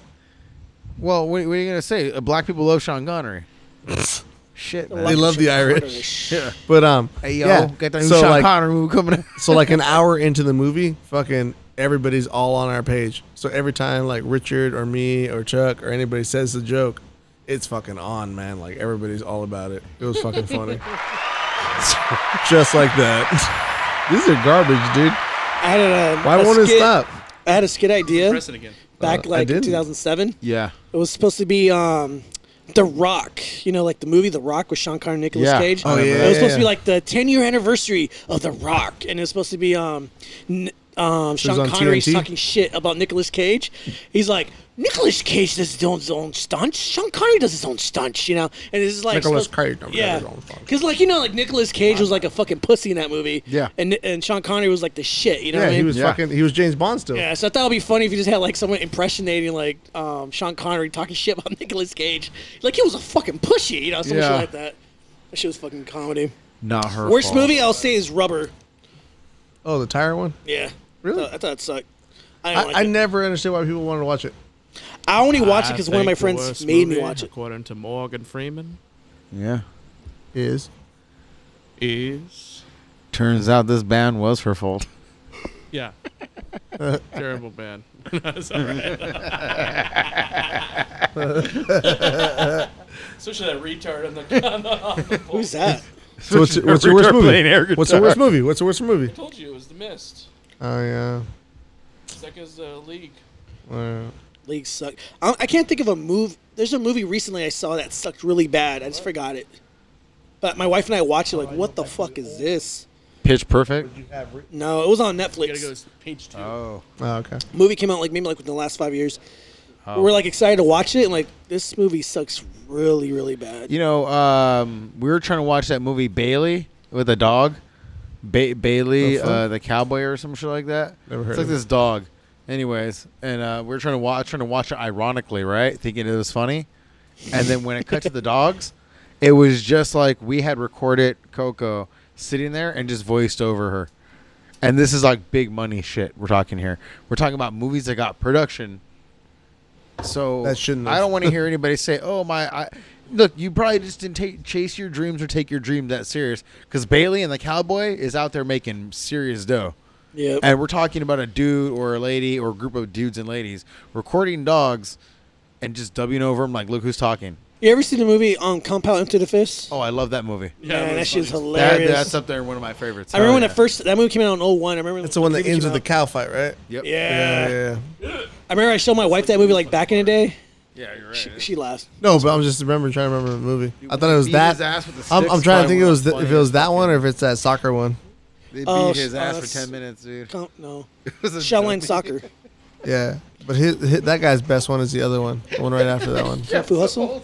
Speaker 3: Well, what, what are you gonna say? Uh, Black people love Sean [LAUGHS] Connery. Shit, man.
Speaker 4: They love the Irish,
Speaker 5: Irish.
Speaker 4: but um,
Speaker 3: Hey yo,
Speaker 4: yeah.
Speaker 3: get that new
Speaker 4: so
Speaker 3: Sean
Speaker 4: like
Speaker 3: Connery movie coming out.
Speaker 4: so like an hour into the movie, fucking everybody's all on our page. So every time like Richard or me or Chuck or anybody says the joke, it's fucking on, man. Like everybody's all about it. It was fucking funny, [LAUGHS] just like that. [LAUGHS] These are garbage, dude.
Speaker 5: I had a.
Speaker 4: Why
Speaker 5: a
Speaker 4: won't it
Speaker 5: skit-
Speaker 4: stop?
Speaker 5: I had a skit idea
Speaker 2: Press it again.
Speaker 5: back
Speaker 4: Uh, I
Speaker 5: like in
Speaker 4: didn't.
Speaker 5: 2007.
Speaker 3: Yeah,
Speaker 5: It was supposed to be um, The Rock. You know, like the movie The Rock with Sean Connery, and Nicolas
Speaker 3: Yeah.
Speaker 5: Cage.
Speaker 3: Oh,
Speaker 5: it
Speaker 3: yeah,
Speaker 5: was
Speaker 4: yeah,
Speaker 5: supposed to be
Speaker 4: yeah.
Speaker 5: like the 10 year anniversary of The Rock, and it was supposed to be um, n- um, Sean
Speaker 4: on
Speaker 5: Connery's
Speaker 4: TNT?
Speaker 5: talking shit about Nicolas Cage. He's like. Nicolas Cage does his own, his own stunts. Sean Connery does his own stunts, you know. And it's like
Speaker 4: Nicolas
Speaker 5: supposed-
Speaker 4: Cage does
Speaker 5: yeah,
Speaker 4: his own stunts.
Speaker 5: because like you know, like Nicolas Cage was like a fucking pussy in that movie.
Speaker 3: Yeah.
Speaker 5: and and Sean Connery was like the shit, you know. what
Speaker 4: Yeah,
Speaker 5: I mean?
Speaker 4: he was
Speaker 3: Yeah.
Speaker 4: fucking. He was James Bond still.
Speaker 5: Yeah, so I thought it'd be funny if you just had like someone impressionating like um, Sean Connery talking [LAUGHS] shit about Nicolas Cage. Like he was a fucking pushy, you know, some
Speaker 3: Yeah.
Speaker 5: shit like that. That shit was fucking comedy.
Speaker 3: not her.
Speaker 5: Worst
Speaker 3: fault.
Speaker 5: movie I'll say is Rubber.
Speaker 4: Oh, the tire one.
Speaker 5: Yeah.
Speaker 4: Really?
Speaker 5: I thought, I thought it sucked. I,
Speaker 4: I,
Speaker 5: didn't like
Speaker 4: I
Speaker 5: it.
Speaker 4: never understood why people wanted to watch it.
Speaker 5: I only watched
Speaker 2: I
Speaker 5: it because one of
Speaker 2: think
Speaker 5: my
Speaker 2: the
Speaker 5: friends
Speaker 2: worst
Speaker 5: made me
Speaker 2: movie,
Speaker 5: watch it.
Speaker 2: According to Morgan Freeman,
Speaker 3: Yeah.
Speaker 4: Is
Speaker 2: is
Speaker 3: Turns out this ban was her fault.
Speaker 2: yeah, [LAUGHS] terrible band. [LAUGHS] That's all [LAUGHS] right. Especially that retard on the, [LAUGHS] on the, on the pole. [LAUGHS]
Speaker 5: Who's that?
Speaker 4: So what's, what's your worst movie? What's your worst movie? What's your worst movie?
Speaker 2: told you it was the mist.
Speaker 4: Oh yeah.
Speaker 2: Second's the league.
Speaker 4: Well,
Speaker 5: League suck. I, I can't think of a move. There's a movie recently I saw that sucked really bad. I just forgot it. But my wife and I watched it. Like, what the fuck is this?
Speaker 3: Pitch Perfect.
Speaker 5: No, it was on
Speaker 2: You gotta go
Speaker 5: Netflix.
Speaker 2: to page two.
Speaker 3: Oh,
Speaker 4: oh, okay.
Speaker 5: Movie came out like maybe like within the last five years. We're like excited to watch it, and like this movie sucks really, really bad.
Speaker 3: you know, um, we were trying to watch that movie Bailey with a dog, ba- Bailey
Speaker 4: The
Speaker 3: the,
Speaker 4: fuck?
Speaker 3: uh, the cowboy or some shit like that.
Speaker 4: Never heard
Speaker 3: It's like
Speaker 4: of it.
Speaker 3: this dog. Anyways, and uh, we were trying to watch, trying to watch it ironically, right? Thinking it was funny, and then when it cut to the dogs, it was just like we had recorded Coco sitting there and just voiced over her. And this is like big money shit we're talking here. We're talking about movies that got production. So
Speaker 4: That shouldn't
Speaker 3: I
Speaker 4: have.
Speaker 3: don't want
Speaker 4: [LAUGHS]
Speaker 3: to hear anybody say, "Oh my, I look, you probably just didn't take, chase your dreams or take your dream that serious." Because Bailey and the cowboy is out there making serious dough,
Speaker 5: Yeah.
Speaker 3: and we're talking about a dude or a lady or a group of dudes and ladies recording dogs and just dubbing over them like, "Look who's talking."
Speaker 5: You ever seen the movie um, Compound Into the Fist?
Speaker 3: Oh, I love that movie.
Speaker 5: yeah,
Speaker 2: it
Speaker 5: that
Speaker 2: was
Speaker 5: shit's
Speaker 2: funny.
Speaker 3: That-
Speaker 5: hilarious.
Speaker 3: that's up there, one of my favorites.
Speaker 5: I remember when
Speaker 3: Oh,
Speaker 5: it first that movie came out in 01. I remember
Speaker 4: That's the one that
Speaker 5: movie
Speaker 4: ends
Speaker 5: came
Speaker 4: with the
Speaker 5: out.
Speaker 4: cow fight, right?
Speaker 3: Yep.
Speaker 5: Yeah.
Speaker 4: Yeah. yeah.
Speaker 5: I remember I showed my wife that movie like back in the day.
Speaker 3: Yeah, you're right.
Speaker 5: She, she laughed.
Speaker 4: No, but I'm just remembering trying to remember the movie. I thought it was
Speaker 3: beat
Speaker 4: that.
Speaker 3: his ass with the
Speaker 4: I'm,
Speaker 3: sticks,
Speaker 4: I'm trying to
Speaker 3: probably
Speaker 4: think it
Speaker 3: one
Speaker 4: was
Speaker 3: of the
Speaker 4: th- if it was
Speaker 3: funniest
Speaker 4: that one or if it's that soccer one.
Speaker 3: They beat
Speaker 5: Oh,
Speaker 3: his
Speaker 5: sh-
Speaker 3: ass
Speaker 5: oh,
Speaker 3: for
Speaker 5: that's-
Speaker 3: ten minutes,
Speaker 5: [LAUGHS]
Speaker 3: dude. [LAUGHS]
Speaker 5: Come, no.
Speaker 3: It was a
Speaker 5: Shaolin
Speaker 3: joke.
Speaker 5: Soccer.
Speaker 4: Yeah, but his, his, that guy's best one is the other one, the one right after that
Speaker 5: [LAUGHS]
Speaker 4: one.
Speaker 5: Kung Fu Hustle.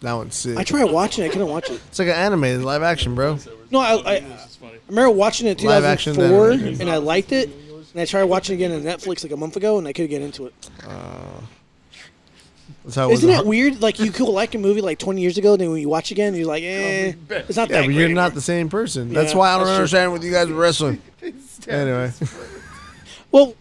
Speaker 4: That one's sick.
Speaker 5: I tried watching it. I couldn't watch it.
Speaker 4: it's like an anime, it's live action, bro.
Speaker 5: No, I, I,
Speaker 2: This is funny.
Speaker 5: I remember watching it in
Speaker 4: Live action
Speaker 5: 2004,
Speaker 4: then.
Speaker 5: and I liked it. And I tried watching it again on Netflix like a month ago, and I couldn't get into it.
Speaker 4: That's how it was.
Speaker 5: Isn't
Speaker 4: in-
Speaker 5: it weird? Like you could like a movie like 20 years ago, and then when you watch again, you're like, eh, it's not
Speaker 4: Yeah, but
Speaker 5: that great.
Speaker 4: you're not the same person. That's
Speaker 5: Yeah,
Speaker 4: why I don't
Speaker 5: that's true.
Speaker 4: understand what you guys were
Speaker 5: [LAUGHS]
Speaker 4: wrestling. anyway, [LAUGHS]
Speaker 5: well,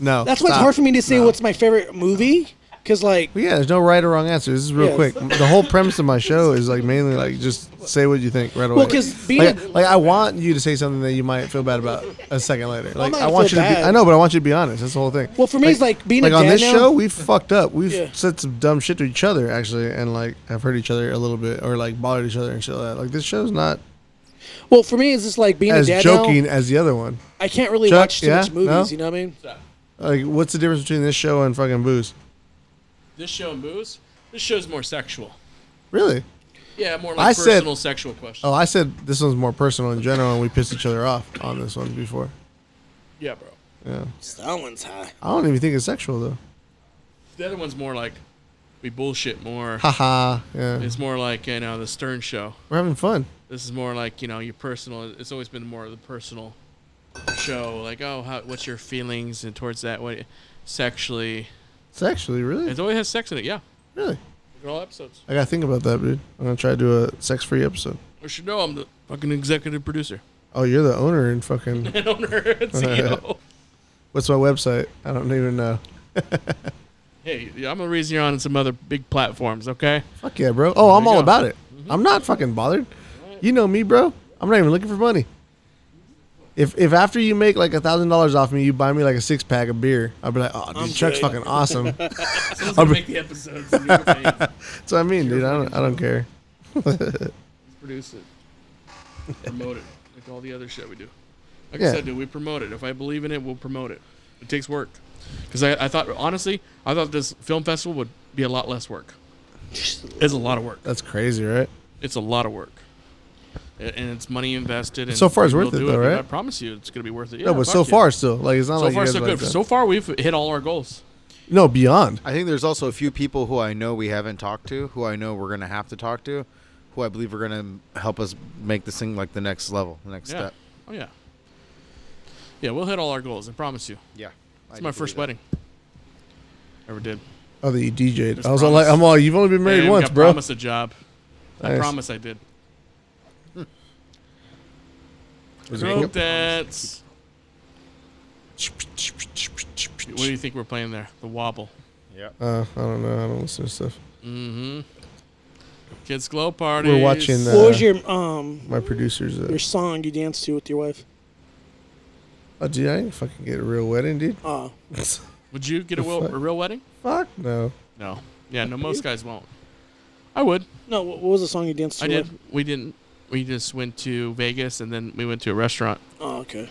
Speaker 4: no.
Speaker 5: that's why it's
Speaker 4: stop.
Speaker 5: hard for me to say what's my favorite movie, because like
Speaker 4: But yeah, there's no right or wrong answer. This is real
Speaker 5: Yeah.
Speaker 4: quick. The whole premise of my show is like mainly like just say what you think right away.
Speaker 5: 'cause being
Speaker 4: like,
Speaker 5: a-
Speaker 4: like I want you to say something that you might feel bad about a second later. Like
Speaker 5: might
Speaker 4: I want you
Speaker 5: feel
Speaker 4: to be.
Speaker 5: bad.
Speaker 4: I know, but I want you to be honest. That's the whole thing.
Speaker 5: Well, for me, it's like being a
Speaker 4: like on
Speaker 5: dad
Speaker 4: this
Speaker 5: now-
Speaker 4: show, we've fucked up. We've
Speaker 5: Yeah.
Speaker 4: said some dumb shit to each other actually, and like have hurt each other a little bit or like bothered each other and shit like that. Like this show's not
Speaker 5: Well, for me, it's just like being
Speaker 4: as
Speaker 5: a dad
Speaker 4: joking
Speaker 5: now.
Speaker 4: as the other one.
Speaker 5: I can't really
Speaker 4: Chuck,
Speaker 5: watch too
Speaker 4: yeah?
Speaker 5: much movies.
Speaker 4: No?
Speaker 5: You know what I mean?
Speaker 2: So,
Speaker 4: Like, what's the difference between this show and fucking booze?
Speaker 2: this show moves. This show's more sexual.
Speaker 4: Really?
Speaker 2: Yeah, more
Speaker 4: I
Speaker 2: like
Speaker 4: said-
Speaker 2: personal sexual questions.
Speaker 4: Oh, I said this one's more personal in general, and we pissed each other off on this one before.
Speaker 2: yeah, bro.
Speaker 4: Yeah.
Speaker 5: That one's high.
Speaker 4: I don't even think it's sexual though.
Speaker 2: The other one's more like we bullshit more.
Speaker 4: Haha. Yeah.
Speaker 2: It's more like you know the Stern Show.
Speaker 4: We're having fun.
Speaker 2: This is more like you know your personal. It's always been more of the personal show. Like oh, how, what's your feelings and towards that? What sexually?
Speaker 4: Sexually, really?
Speaker 2: It always has sex in it. Yeah,
Speaker 4: Really?
Speaker 2: Look at all episodes.
Speaker 4: I gotta think about that, dude. I'm gonna try to do a sex free episode.
Speaker 2: I should know I'm the fucking executive producer [LAUGHS]
Speaker 4: Oh, you're the owner and fucking.
Speaker 2: and owner and E CEO.
Speaker 4: What's my website? I don't even know.
Speaker 2: hey, I'm the reason you're on some other big platforms. Okay.
Speaker 4: Fuck yeah, bro. Oh, I'm
Speaker 2: you
Speaker 4: all
Speaker 2: go. Mm-hmm.
Speaker 4: about it. I'm not fucking bothered. You know me, bro. I'm not even looking for money. If if after you make like a thousand dollars off me, you buy me like a six pack of beer, I'll be like, oh, dude,
Speaker 5: I'm
Speaker 4: Chuck's
Speaker 5: good.
Speaker 4: fucking awesome.
Speaker 2: [LAUGHS] Someone's gonna make the episodes. And you're gonna
Speaker 4: That's what I mean, dude. I don't, I don't care.
Speaker 2: produce it, promote it, like all the other shit we do. Like
Speaker 4: Yeah.
Speaker 2: I said, dude, we promote it. If I believe in it, we'll promote it. It takes work. Because I, I thought, honestly, I thought this film festival would be a lot less work. It's a lot of work.
Speaker 4: That's crazy, right?
Speaker 2: It's a lot of work. A- And it's money invested. And
Speaker 4: So far it's worth
Speaker 2: we'll
Speaker 4: it
Speaker 2: do
Speaker 4: though,
Speaker 2: but
Speaker 4: right?
Speaker 2: I promise you, it's gonna be worth it. Yeah,
Speaker 4: no, but
Speaker 2: fuck
Speaker 4: so
Speaker 2: yeah.
Speaker 4: far still, like it's not
Speaker 2: so
Speaker 4: like
Speaker 2: far
Speaker 4: you guys
Speaker 2: so
Speaker 4: are like
Speaker 2: good.
Speaker 4: that.
Speaker 2: So far, we've hit all our goals.
Speaker 4: no beyond.
Speaker 3: I think there's also a few people who I know we haven't talked to, who I know we're gonna have to talk to, who I believe are gonna help us make this thing like the next level, the next
Speaker 2: Yeah.
Speaker 3: step.
Speaker 2: Oh yeah. Yeah, we'll hit all our goals. I promise you.
Speaker 3: Yeah,
Speaker 2: It's my first wedding. Ever did.
Speaker 4: Oh, that you DJ'd.
Speaker 2: Just
Speaker 4: I was all like,
Speaker 2: promise.
Speaker 4: I'm all, you've only been
Speaker 2: Yeah,
Speaker 4: married
Speaker 2: we
Speaker 4: once,
Speaker 2: got
Speaker 4: bro.
Speaker 2: promised a job. I
Speaker 4: Nice.
Speaker 2: promise I did.
Speaker 4: Was it
Speaker 2: Group
Speaker 4: cool?
Speaker 2: dance. What do you think we're playing there? The wobble.
Speaker 4: Uh, I don't know. I don't listen to stuff.
Speaker 2: Mm-hmm. Kids glow party.
Speaker 4: We're watching
Speaker 5: what
Speaker 4: Uh,
Speaker 5: was your um
Speaker 4: My producer's. Uh,
Speaker 5: your song you danced to with your wife?
Speaker 4: oh, dude, [LAUGHS] I didn't fucking get a real wedding, dude.
Speaker 5: Oh,
Speaker 2: Would you get a, will,
Speaker 4: fuck?
Speaker 2: a real wedding?
Speaker 4: Fuck no.
Speaker 2: No. Yeah, no, most guys won't. I would.
Speaker 5: No, wh- what was the song you danced to?
Speaker 2: I did. We didn't. We just went to Vegas and then we went to a restaurant.
Speaker 5: Oh, okay.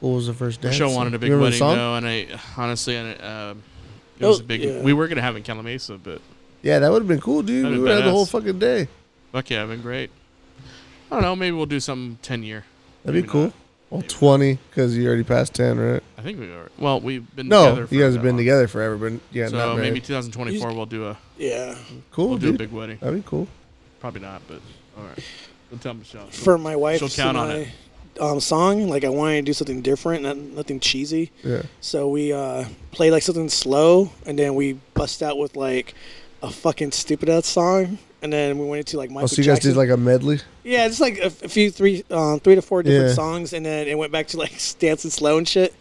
Speaker 4: What was the first dance?
Speaker 2: Michelle wanted a big
Speaker 4: You remember the
Speaker 2: wedding
Speaker 4: song?
Speaker 2: though, and I honestly, and it, um, it
Speaker 5: Oh,
Speaker 2: was a big.
Speaker 5: yeah.
Speaker 2: We were gonna have it in Calamasa, but
Speaker 4: Yeah, that would have been cool, dude.
Speaker 2: That'd
Speaker 4: We
Speaker 2: be
Speaker 4: would have had the whole
Speaker 2: badass.
Speaker 4: fucking day.
Speaker 2: fuck yeah, been great. I don't know. Maybe we'll do some ten year.
Speaker 4: That'd
Speaker 2: Maybe
Speaker 4: be cool.
Speaker 2: not.
Speaker 4: Well, twenty because you already passed ten, right?
Speaker 2: I think we were. Well, we've been
Speaker 4: No,
Speaker 2: together. for
Speaker 4: you guys have
Speaker 2: that
Speaker 4: been
Speaker 2: long.
Speaker 4: together forever, but yeah,
Speaker 2: So
Speaker 4: not married.
Speaker 2: maybe 2024 we'll do a
Speaker 5: Yeah.
Speaker 4: cool,
Speaker 2: we'll do a
Speaker 4: dude.
Speaker 2: big wedding.
Speaker 4: That'd be cool.
Speaker 2: Probably not, but all right. We'll tell Michelle.
Speaker 5: For my wife,
Speaker 2: She'll count on it.
Speaker 5: Um, song like I wanted to do something different, not, nothing cheesy.
Speaker 4: Yeah.
Speaker 5: So we uh, played like something slow, and then we bust out with like a fucking stupid ass song, and then we went into like Michael
Speaker 4: Oh, so you guys
Speaker 5: Jackson.
Speaker 4: did like a medley?
Speaker 5: yeah, just like a, f- a few three, um, three to four different
Speaker 4: Yeah.
Speaker 5: songs, and then it went back to like [LAUGHS] dancing slow and shit,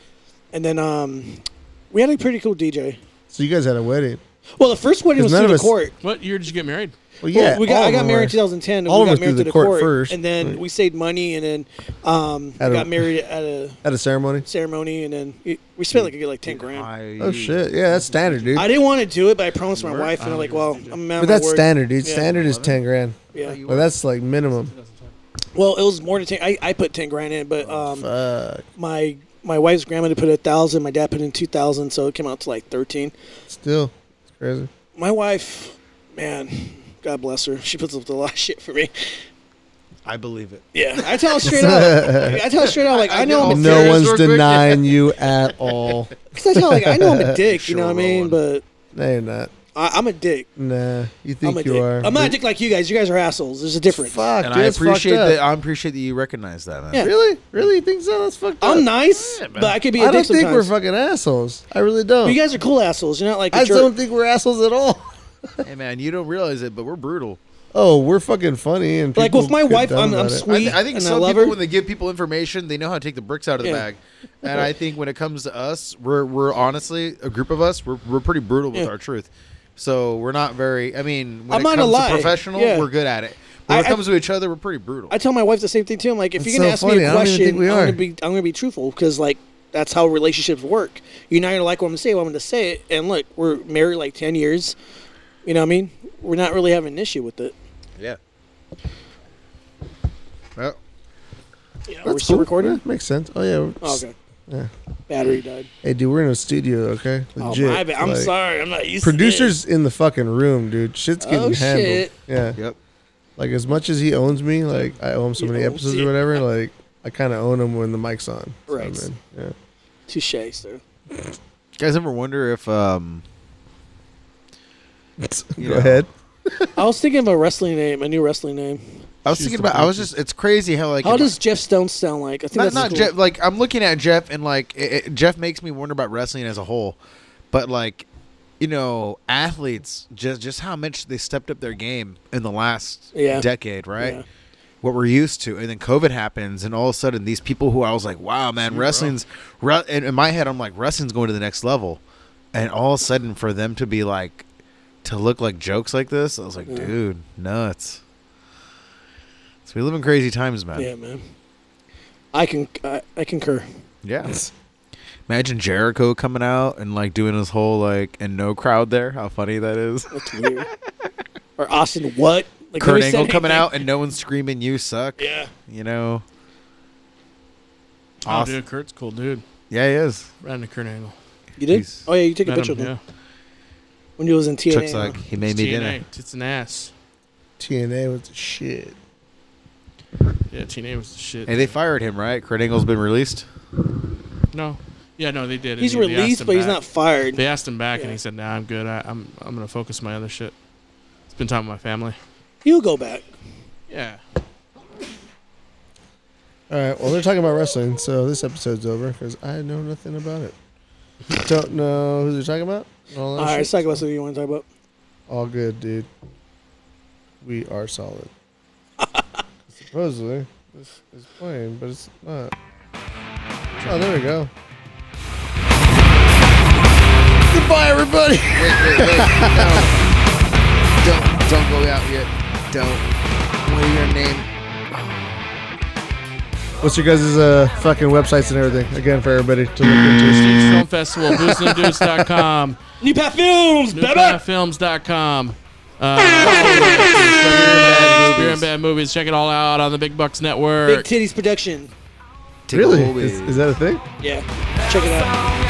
Speaker 5: and then um, we had a pretty cool DJ.
Speaker 4: So you guys had a wedding?
Speaker 5: Well, the first wedding
Speaker 4: 'Cause
Speaker 5: was
Speaker 4: none
Speaker 5: through
Speaker 4: of us-
Speaker 5: the court.
Speaker 2: What year did you get married?
Speaker 4: Well,
Speaker 5: Well,
Speaker 4: yeah.
Speaker 5: we got,
Speaker 4: all
Speaker 5: I
Speaker 4: of
Speaker 5: got
Speaker 4: them
Speaker 5: married
Speaker 4: were.
Speaker 5: in 2010.
Speaker 4: all
Speaker 5: we
Speaker 4: of
Speaker 5: got
Speaker 4: us
Speaker 5: married
Speaker 4: through
Speaker 5: to
Speaker 4: the
Speaker 5: the
Speaker 4: court
Speaker 5: court,
Speaker 4: first,
Speaker 5: and then
Speaker 4: right.
Speaker 5: we saved money, and then um,
Speaker 4: At a-
Speaker 5: got married at a
Speaker 4: at a ceremony.
Speaker 5: ceremony, and then it, we spent like a good like 10 grand.
Speaker 4: Oh shit! Yeah, that's standard, dude.
Speaker 5: I didn't want to do it, but I promised my wife, and I'm like, well, I'm out
Speaker 4: But
Speaker 5: of my
Speaker 4: that's
Speaker 5: word.
Speaker 4: standard, dude.
Speaker 5: Yeah.
Speaker 4: Standard is ten grand.
Speaker 5: Yeah.
Speaker 4: Like, that's like minimum.
Speaker 5: Well, it was more than 10. I, I put 10 grand in, but um,
Speaker 4: Fuck.
Speaker 5: my my wife's grandma had put a thousand, my dad put in 2,000, so it came out to like 13.
Speaker 4: Still, it's crazy.
Speaker 5: My wife, man, God bless her. She puts up with a lot of shit for me. [LAUGHS]
Speaker 3: I believe it.
Speaker 5: Yeah, I tell her
Speaker 4: [LAUGHS]
Speaker 5: straight up. I tell her straight up, like I know I'm a
Speaker 4: No
Speaker 3: serious
Speaker 4: one's
Speaker 3: real quick?
Speaker 4: denying you at all. [LAUGHS]
Speaker 5: Cause I tell like I know I'm [LAUGHS] a dick, you
Speaker 3: Sure,
Speaker 5: know what I
Speaker 3: roll
Speaker 5: mean?
Speaker 3: one.
Speaker 5: But
Speaker 4: No, you're not.
Speaker 5: I, I'm a dick.
Speaker 4: Nah, you
Speaker 5: I'm
Speaker 4: think
Speaker 5: a
Speaker 4: you
Speaker 5: dick.
Speaker 4: are.
Speaker 5: I'm not a dick like you guys. You guys are assholes. There's a difference.
Speaker 4: Fuck,
Speaker 3: And
Speaker 4: dude,
Speaker 3: I
Speaker 4: that's
Speaker 3: appreciate
Speaker 4: fucked up.
Speaker 3: that. I appreciate that you recognize that, man.
Speaker 5: Yeah.
Speaker 4: Really, really, you think so? That's fucked up.
Speaker 5: I'm nice, but I could be
Speaker 4: I
Speaker 5: a dick
Speaker 4: don't think
Speaker 5: sometimes.
Speaker 4: we're fucking assholes. I really don't.
Speaker 5: you guys are cool assholes. You're not like a
Speaker 4: I
Speaker 5: jerk.
Speaker 4: don't think we're assholes at all. [LAUGHS]
Speaker 3: Hey, man, you don't realize it, but we're brutal.
Speaker 4: Oh, we're fucking funny and
Speaker 5: Like,
Speaker 4: people
Speaker 5: with my
Speaker 4: get
Speaker 5: wife,
Speaker 4: dumb
Speaker 5: I'm- I'm
Speaker 4: about it.
Speaker 5: sweet.
Speaker 3: I, th- I think
Speaker 5: and I
Speaker 3: some
Speaker 5: love
Speaker 3: people,
Speaker 5: her.
Speaker 3: when they give people information, they know how to take the bricks out of the
Speaker 5: Yeah.
Speaker 3: bag. And I think when it comes to us, we're we're honestly a group of us. We're we're pretty brutal with
Speaker 5: Yeah.
Speaker 3: our truth. So we're not very. I mean, when
Speaker 5: I'm
Speaker 3: it
Speaker 5: not a
Speaker 3: comes
Speaker 5: lie.
Speaker 3: to professional,
Speaker 5: Yeah.
Speaker 3: we're good at it. But when
Speaker 5: I-
Speaker 3: it
Speaker 5: I-
Speaker 3: comes to each other, we're pretty brutal.
Speaker 5: I tell my wife the same thing too. I'm like, if
Speaker 4: That's
Speaker 5: you're gonna ask
Speaker 4: so
Speaker 5: me
Speaker 4: funny.
Speaker 5: a
Speaker 4: I don't even
Speaker 5: question,
Speaker 4: think we
Speaker 5: I'm
Speaker 4: are.
Speaker 5: gonna be I'm gonna be truthful because like that's how relationships work. You're not gonna like what I'm gonna say. Well, I'm gonna say it. And look, we're married like ten years. You know what I mean? We're not really having an issue with it.
Speaker 3: yeah. Well,
Speaker 5: Yeah,
Speaker 4: That's
Speaker 5: we're still
Speaker 4: cool.
Speaker 5: recording.
Speaker 4: Yeah, makes sense. Oh yeah. we're-
Speaker 5: Oh, okay.
Speaker 4: Yeah.
Speaker 5: Battery died.
Speaker 4: Hey, dude, we're in a studio, okay?
Speaker 5: Oh,
Speaker 4: Legit.
Speaker 5: my bad. I'm
Speaker 4: like,
Speaker 5: sorry. I'm not used to
Speaker 4: Producers in the fucking room, dude. Shit's
Speaker 5: Oh,
Speaker 4: getting handled.
Speaker 5: shit.
Speaker 4: Yeah.
Speaker 3: yep.
Speaker 4: Like as much as he owns me, like I owe him so
Speaker 5: He
Speaker 4: many
Speaker 5: owns
Speaker 4: episodes
Speaker 5: it.
Speaker 4: or
Speaker 5: [LAUGHS]
Speaker 4: whatever. Like I kind of own him when the mic's on. So,
Speaker 5: Right.
Speaker 4: man, yeah.
Speaker 5: this. Touche, sir.
Speaker 3: You guys ever wonder if um
Speaker 4: Go
Speaker 3: know.
Speaker 4: ahead.
Speaker 5: I was thinking of a wrestling name, a new wrestling name.
Speaker 3: I was thinking about. I was just. It's crazy how like.
Speaker 5: How
Speaker 3: if-
Speaker 5: does Jeff Stone sound like? I think
Speaker 3: not
Speaker 5: that's
Speaker 3: not
Speaker 5: cool.
Speaker 3: Jeff. Like I'm looking at Jeff, and like it, it- Jeff makes me wonder about wrestling as a whole, but like, you know, athletes just just how much they stepped up their game in the last
Speaker 5: Yeah.
Speaker 3: decade, right?
Speaker 5: Yeah.
Speaker 3: What we're used to, and then COVID happens, and all of a sudden these people who I was like, wow, man, wrestling's. Re- and in my head, I'm like, wrestling's going to the next level, and all of a sudden for them to be like, to look like jokes like this, I was like, dude, nuts. So we live in crazy times, man.
Speaker 5: Yeah, man. I can I, I concur.
Speaker 3: Yeah. [LAUGHS] Imagine Jericho coming out and like doing his whole like and no crowd there. How funny that is.
Speaker 5: That's weird. or Austin, what? [LAUGHS] Like
Speaker 3: Kurt
Speaker 5: nobody said
Speaker 3: Angle coming
Speaker 5: anything.
Speaker 3: out and no one screaming "You suck."
Speaker 5: Yeah.
Speaker 3: You know.
Speaker 2: Oh,
Speaker 3: Awesome.
Speaker 2: dude, Kurt's cool, dude.
Speaker 3: Yeah, he is.
Speaker 2: Right into Kurt Angle.
Speaker 5: You did?
Speaker 3: He's-
Speaker 5: oh yeah, you took a
Speaker 2: Met
Speaker 5: picture
Speaker 2: him,
Speaker 5: of him
Speaker 2: yeah.
Speaker 5: when he was in TNA.
Speaker 3: Chuck's
Speaker 5: huh?
Speaker 3: like he made me
Speaker 2: TNA,
Speaker 3: dinner.
Speaker 2: Tits and ass.
Speaker 4: TNA was the shit.
Speaker 2: Yeah, TNA was the shit.
Speaker 3: Hey, they
Speaker 2: dude.
Speaker 3: fired him, right? Kurt Angle's been released.
Speaker 2: No. Yeah, no, they did. and
Speaker 5: he's
Speaker 2: they- they asked
Speaker 5: released,
Speaker 2: him
Speaker 5: but he's
Speaker 2: back.
Speaker 5: not fired.
Speaker 2: They asked him back, and
Speaker 5: Yeah.
Speaker 2: he said, "Nah, I'm good. I, I'm I'm gonna focus on my other shit. Spend time with my family."
Speaker 5: He'll go back.
Speaker 2: Yeah.
Speaker 4: All right. Well, they're talking about wrestling, so this episode's over because I know nothing about
Speaker 5: [LAUGHS]
Speaker 4: it. Don't know who they're talking about. and All, that
Speaker 5: All right,
Speaker 4: shit.
Speaker 5: let's talk about something you want to talk about.
Speaker 4: All good, dude. We are
Speaker 5: [LAUGHS]
Speaker 4: solid. Supposedly, this is playing, but it's not. Oh, there we go. Goodbye, everybody.
Speaker 3: Wait, wait, wait. no. Don't don't go out yet. Don't. What are your name?
Speaker 4: What's your guys' uh, fucking websites and everything again for everybody to look into?
Speaker 2: Prestige Film Festival, boostanddudes.com,
Speaker 5: New Path Films, baby.
Speaker 2: newpatfilms.com. Uh, Beer and Bad Movies. Check it all out on the Big Bucks Network.
Speaker 5: Big Titties Production.
Speaker 4: Really? Is, is that a thing?
Speaker 5: Yeah, check it out.
Speaker 6: song